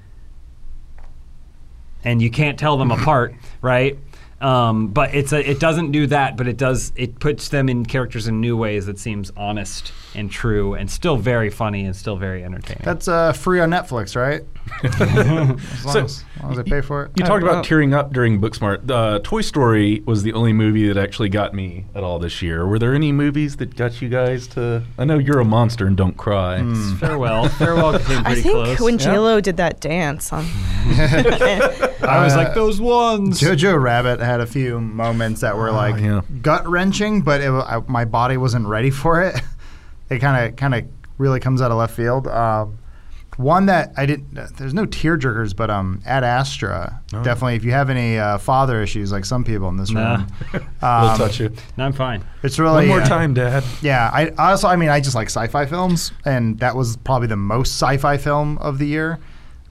and you can't tell them apart, right? Um, but it's a, it doesn't do that, but it does it puts them in characters in new ways that seems honest and true and still very funny and still very entertaining. that's uh, free on Netflix, right? as, long So- as, as long as I pay for it. You talked wow. about tearing up during Booksmart. Uh, Toy Story was the only movie that actually got me at all this year. Were there any movies that got you guys to? I know you're a monster and don't cry. farewell, farewell came I pretty think close. when J Lo did that dance on, I was Uh, like those ones. Jojo Rabbit had a few moments that were like Oh, yeah. gut wrenching, but it, I, my body wasn't ready for it. It kind of kind of really comes out of left field. Um, one that I didn't. uh, There's no tear jerkers, but um, Ad Astra Oh. definitely. If you have any uh, father issues, like some people in this Nah. room, We'll um, touch you No, I'm fine. it's really one more uh, time, Dad. Yeah, I I also I mean I just like sci-fi films, and that was probably the most sci-fi film of the year.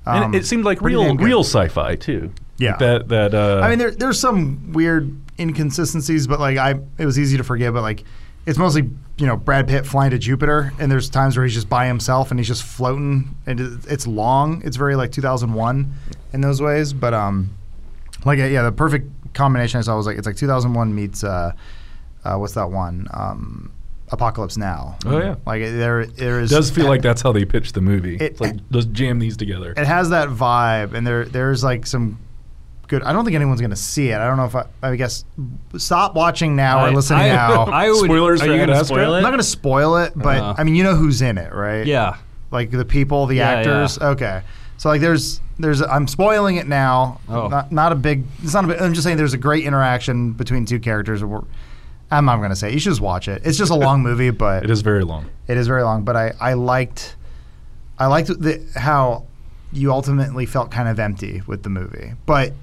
Um, and it seemed like pretty real, damn good. real sci-fi too. Yeah. Like that that. Uh, I mean, there, there's some weird inconsistencies, but like I, it was easy to forgive. But like, it's mostly you know Brad Pitt flying to Jupiter, and there's times where he's just by himself and he's just floating, and it- it's long. It's very like 2001 in those ways. But um, like yeah, the perfect combination I saw was like it's like 2001 meets uh, uh what's that one um, Apocalypse Now. Oh, yeah. like there there is it does feel like that's how they pitched the movie. It- it's like let's jam these together. it has that vibe, and there there's like some good. I don't think anyone's gonna see it. I don't know if I. I guess stop watching now or listening I, now. I would, Spoilers are for you Ad gonna Astra? spoil it? I'm not gonna spoil it, but Uh. I mean, you know who's in it, right? yeah. like the people, the Yeah, actors. Okay, so like there's there's I'm spoiling it now. Oh. Not, not a big. It's not a. Big, I'm just saying there's a great interaction between two characters. We're- I'm not gonna say. it. You should just watch it. It's just a long movie, but It is very long. it is very long, but I, I liked I liked the, how you ultimately felt kind of empty with the movie, but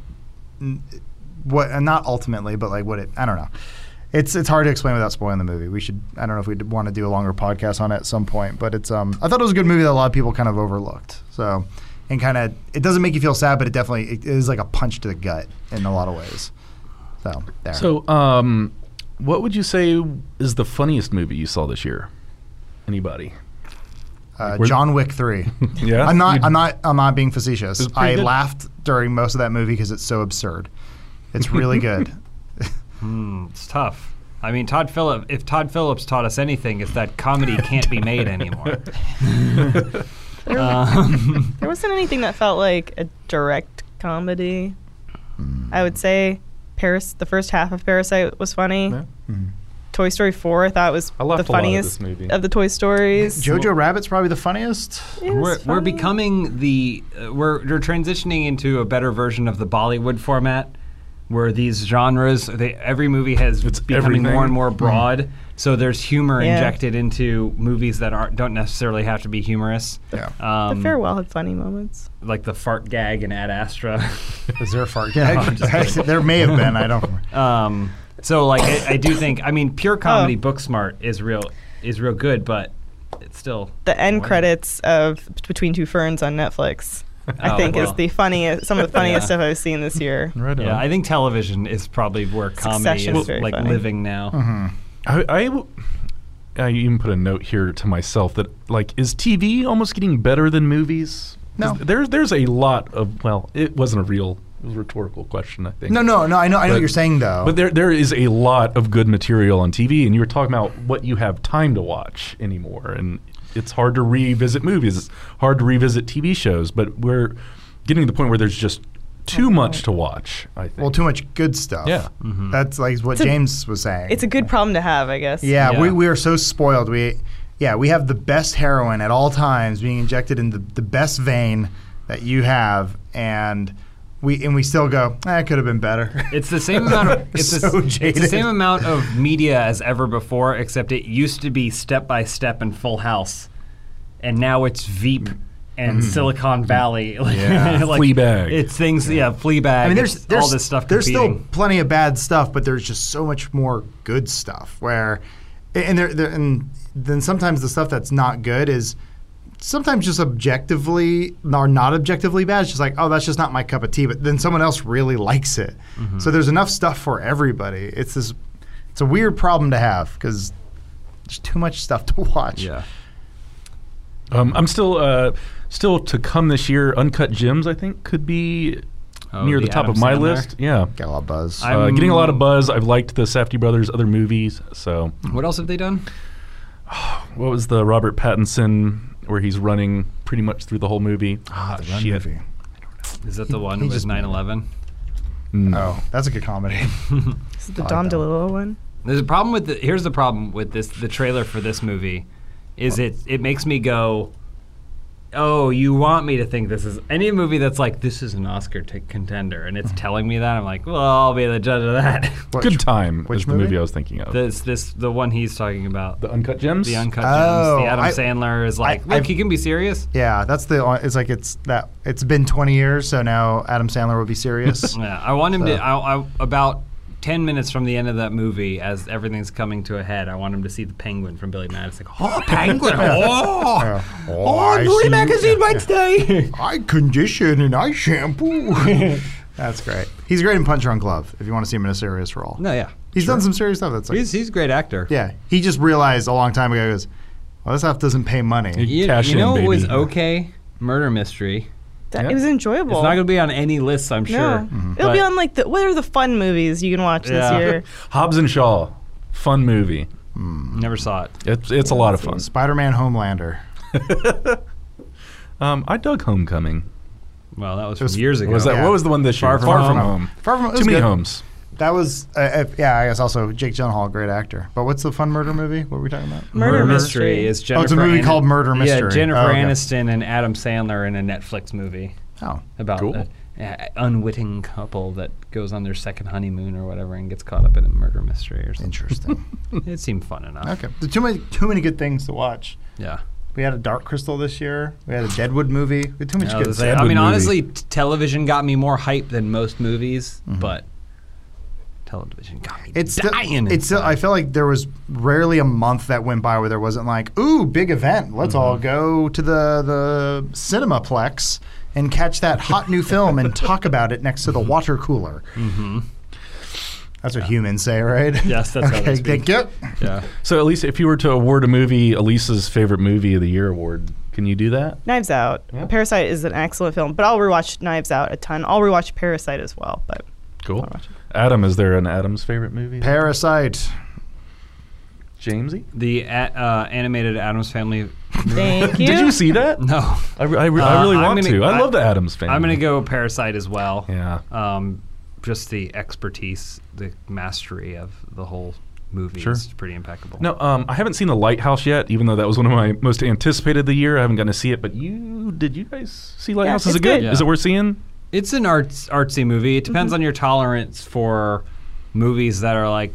n- what and not ultimately, but like what it I don't know. It's it's hard to explain without spoiling the movie. We should I don't know if we want to do a longer podcast on it at some point, but it's um I thought it was a good movie that a lot of people kind of overlooked. So and kind of it doesn't make you feel sad, but it definitely it is like a punch to the gut in a lot of ways. So there. So, um, what would you say is the funniest movie you saw this year? Anybody? uh, John Wick three. Yeah, I'm not. I'm not. I'm not being facetious. pretty I good. laughed during most of that movie because it's so absurd. It's really good. It's tough. I mean, Todd Phillip. If Todd Phillips taught us anything, it's that comedy can't be made anymore. Uh, There wasn't anything that felt like a direct comedy. Hmm. I would say Paris. The first half of Parasite was funny. Toy Story Four, I thought was I laughed a the lot at funniest this movie. the Toy Stories. Jojo Rabbit's probably the funniest. It was We're, we're funny. becoming the uh, we're, we're transitioning into a better version of the Bollywood format, where these genres they, every movie has It's becoming everything. Mm-hmm. more and more broad. So there's humor Yeah. injected into movies that aren't don't necessarily have to be humorous. Yeah. Um, The farewell had funny moments. like the fart gag in Ad Astra. Is there a fart gag? there may have been. I don't. remember. Uh-huh. um, so like I, I do think I mean pure comedy Oh. book smart is real is real good, but it's still The end Wow. credits of Between Two Ferns on Netflix, I Oh, think, well. is the funniest. Some of the funniest Yeah. stuff I've seen this year. Right yeah. I think television is probably where comedy Succession is is very like funny. living now. Mm-hmm. I, I w- I even put a note here to myself that like is TV almost getting better than movies? 'Cause No. there's there's a lot of well, it wasn't a real, it was a rhetorical question. I think. No, no, no. I know. I know But- what you're saying though. But there there is a lot of good material on TV, and you were talking about what you have time to watch anymore, and it's hard to revisit movies. It's hard to revisit TV shows, but we're getting to the point where there's just too much to watch. I think. well, too much good stuff. Yeah. That's like what a- James was saying. It's a good problem to have, I guess. Yeah, We, Yeah. we are so spoiled. We yeah, we have the best heroin at all times being injected in the, the best vein that you have and we and we still go, "Ah, it could have been better. It's the same amount of it's, So the, s- it's the jaded. same amount of media as ever before, except it used to be step by step and Full House, and now it's Veep and Silicon Valley. Mm-hmm. Yeah. like, Fleabag. It's things, yeah, Fleabag. I mean, there's, it's there's all this stuff. There's still competing. plenty of bad stuff, but there's just so much more good stuff. Where, and there, there and then sometimes the stuff that's not good is sometimes just objectively or not objectively bad. It's just like, oh, that's just not my cup of tea. But then someone else really likes it. Mm-hmm. So there's enough stuff for everybody. It's this, it's a weird problem to have because there's too much stuff to watch. yeah. Um, I'm still uh, still to come this year. Uncut Gems, I think, could be Oh, near the the top Adam of my Sandler? list. Yeah, Got a lot of buzz. Oh, I- uh, I'm- getting a lot of buzz. I've liked the Safety brothers' other movies. So, What else have they done? what was the Robert Pattinson where he's running pretty much through the whole movie? Ah, Run shit. movie. Is that the one he with just- 9/11? Mm. Oh, that's a good comedy. This is the like Dom that one. DeLillo one. There's a problem with the, here's the problem with this the trailer for this movie is it it makes me go oh you want me to think this is any movie that's like this is an Oscar t- contender and it's telling me that I'm like well I'll be the judge of that Mm-hmm. What- Good time which is the movie? movie I was thinking of. this this the one he's talking about The the, Uncut Gems? uncut Oh, gems the Adam I- Sandler is like look I've- he can be serious Yeah, that's the. on- It's like it's that. It's been 20 years, so now Adam Sandler will be serious. yeah I want him So- to I, I, about. Ten minutes from the end of that movie, as everything's coming to a head, I want him to see the penguin from Billy Madison. Oh, penguin! Oh, Yeah. Oh, oh, I Billy see. Magazine Wednesday. I condition and I shampoo. that's great. He's great in Punch on Glove. If you want to see him in a serious role, No, yeah. he's done some serious stuff. That's like, He's he's a great actor. yeah. He just realized a long time ago. He goes, well, this stuff doesn't pay money. You, Cash you in, know it baby. was okay? Murder mystery. That, Yeah. It was enjoyable. It's not gonna be on any lists, I'm no, sure. Mm-hmm. it'll be But- on like the what are the fun movies you can watch Yeah. this year? Hobbs and Shaw. Fun movie. Never saw it. It's, it's a lot of fun. Spider-Man: Homelander. Um, I dug Homecoming. Well, that was, was- from years ago. Was that Yeah. what was the one this year? Far From Home. Far from it was Too many good. homes. That was uh, uh, yeah. I guess also Jake Gyllenhaal, great actor. But what's the fun murder movie? What were we talking about? Murder, Mystery. is Jennifer. Oh, it's a movie Aniston- called Murder Yeah, Mystery. Jennifer Oh, okay. Aniston and Adam Sandler in a Netflix movie Oh, about Cool. an unwitting couple that goes on their second honeymoon or whatever and gets caught up in a murder mystery or something. interesting. it seemed fun enough. Mm. okay, There's too many too many good things to watch. Yeah. We had a Dark Crystal this year. We had a Deadwood movie. We had too much I, good was like- stuff. I mean, movie. honestly, t- television got me more hype than most movies, but television got me Mm-hmm. It's still, dying. it's still, I feel like there was rarely a month that went by where Mm-hmm. there wasn't like, ooh, big event. Let's all go to the the cinemaplex and catch that hot new film and talk about it next to the water cooler. Mm-hmm. That's what humans say, right? Yes, that's how okay, they speak. thank you. Yeah. So at least if you were to award a movie Elisa's favorite movie of the year award, can you do that? Knives Out. Parasite is an excellent film, but I'll rewatch Knives Out a ton. I'll rewatch Parasite as well, but Cool. Adam, is there an Adam's favorite movie? Parasite. Jamesy? The a, uh, animated Adams Family. thank you. Did you see that? No, I, re- I, re- I Uh, really I'm want gonna- to. I, I- love the Adams family. I'm gonna go Parasite as well. Yeah. Um, just the expertise, the mastery of the whole movie Sure. is pretty impeccable. No, um, I haven't seen The Lighthouse yet, even though that was one of my most anticipated of the year. I haven't gotten to see it, but you did you guys see Lighthouse? is it's it good? good. Is Yeah. it worth seeing? It's an arts artsy movie. It depends on your tolerance for movies that are like,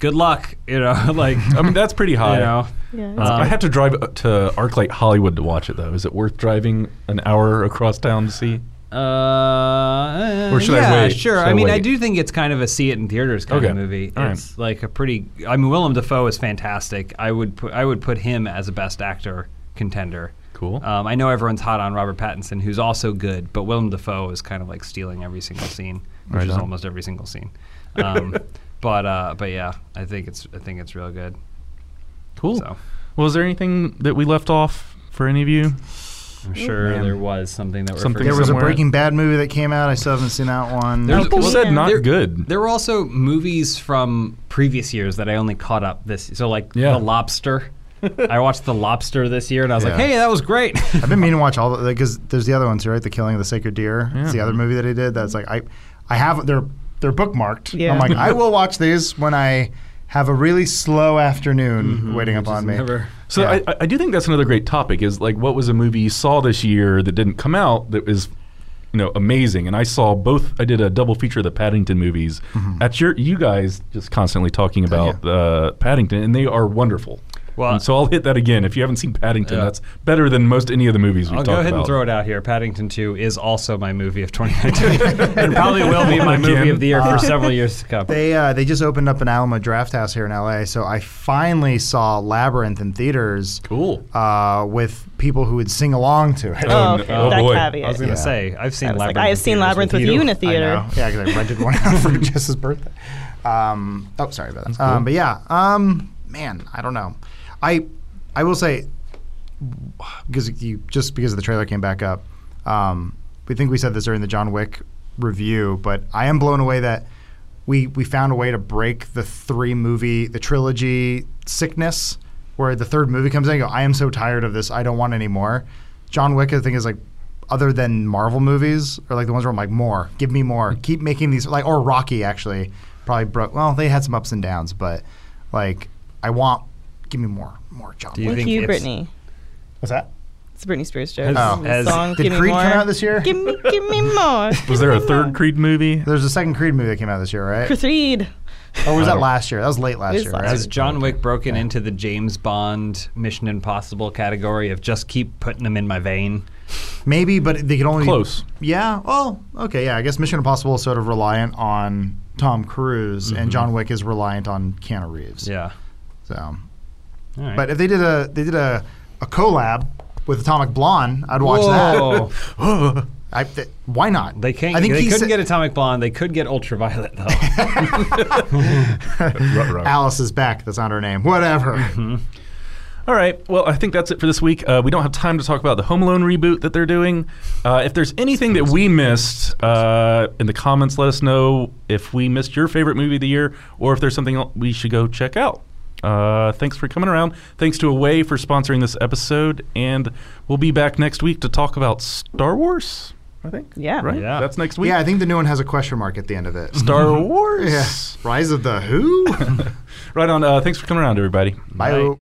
good luck, you know, like I mean, that's pretty high. you know. Um, Yeah, it's- Uh, I have to drive up to ArcLight Hollywood to watch it, though. Is it worth driving an hour across town to see? Uh, Or should I yeah, wait? Sure. Should I, I mean, I wait? do think it's kind of a see it in theaters kind of Okay. movie. All right. it's like a pretty. I mean, Willem Dafoe is fantastic. I would put, I would put him as a best actor contender. Cool. Um, I know everyone's hot on Robert Pattinson, who's also good, but Willem Dafoe is kind of like stealing every single scene, which Right is on. almost every single scene. Um, but uh, but yeah, I think it's I think it's real good. Cool. So Well, is there anything that we left off for any of you? I'm sure there was something that we're Something There forgetting. was a somewhere. Breaking Bad movie that came out. I still haven't seen that one. There's- People well, said yeah. not there- good. There were also movies from previous years that I only caught up this. So like Yeah. The Lobster. I watched The Lobster this year, and I was like, Yeah. "Hey, that was great." I've been meaning to watch all the because there's the other ones, right? The Killing of the Sacred Deer. It's the other movie that he did. That's like I, I have they're they're bookmarked. Yeah. I'm like I will watch these when I have a really slow afternoon Mm-hmm. waiting upon me. Never. So Yeah. I, I do think that's another great topic is like what was a movie you saw this year that didn't come out that was you know amazing and I saw both I did a double feature of the Paddington movies at your you guys just constantly talking about uh, Paddington and they are wonderful. Well- And so I'll hit that again if you haven't seen Paddington Yeah. that's better than most any of the movies we've I'll talked go ahead about. and throw it out here. Paddington 2 is also my movie of 2019. and probably will be my movie of the year for several years to come. They uh, they just opened up an Alamo Draft House here in L.A. So I finally saw Labyrinth in theaters Cool. uh, with people who would sing along to it. oh, no. Oh, that boy. caveat. um, I was going Yeah. to say, I've seen I was Labyrinth. like, I in have seen theaters Labyrinth with you in a theater. I know. Yeah, because I rented one out for Jess's birthday. Um, oh, sorry about that. Um, but yeah, um, man, I don't know. I I will say because you just because the trailer came back up. Um, we think we said this during the John Wick review, but I am blown away that we we found a way to break the three movie the trilogy sickness, where the third movie comes in. And you go, I am so tired of this. I don't want any more. John Wick, I think, is like other than Marvel movies or like the ones where I'm like, more, give me more, keep making these like or Rocky actually probably broke. Well, they had some ups and downs, but like I want, give me more, more John. Do Wick. you Thank think you, it's- Brittany. What's that? It's a Britney Spears joke. Has- The has- song, Did give me Creed more. come out this year? Give me, give me more. Was there a third Creed movie? There's a second Creed movie that came out this year, right? Creed. Or was that last year? That was late last was year, last right? Has John Wick broken into the James Bond Mission Impossible category of just keep putting them in my vein? Maybe, but they could only Close. Yeah. Well, okay. Yeah. I guess Mission Impossible is sort of reliant on Tom Cruise, and John Wick is reliant on Keanu Reeves. Mm-hmm. Yeah. So, All right. but if they did a they did a, a collab with Atomic Blonde, I'd watch that. Whoa. I, th- why not? They can't. I think they he couldn't said- get Atomic Blonde. They could get Ultraviolet though. Ruh-roh. Alice is back. That's not her name. Whatever. Mm-hmm. All right. Well, I think that's it for this week. Uh, we don't have time to talk about the Home Alone reboot that they're doing. Uh, if there's anything that we missed uh, in the comments, let us know if we missed your favorite movie of the year or if there's something else we should go check out. Uh, thanks for coming around. Thanks to Away for sponsoring this episode. And we'll be back next week to talk about Star Wars, I think. Yeah. Right? Yeah. That's next week. yeah, I think the new one has a question mark at the end of it. Star Wars. Yeah. Rise of the Who? Right on. Uh, thanks for coming around, everybody. Bye.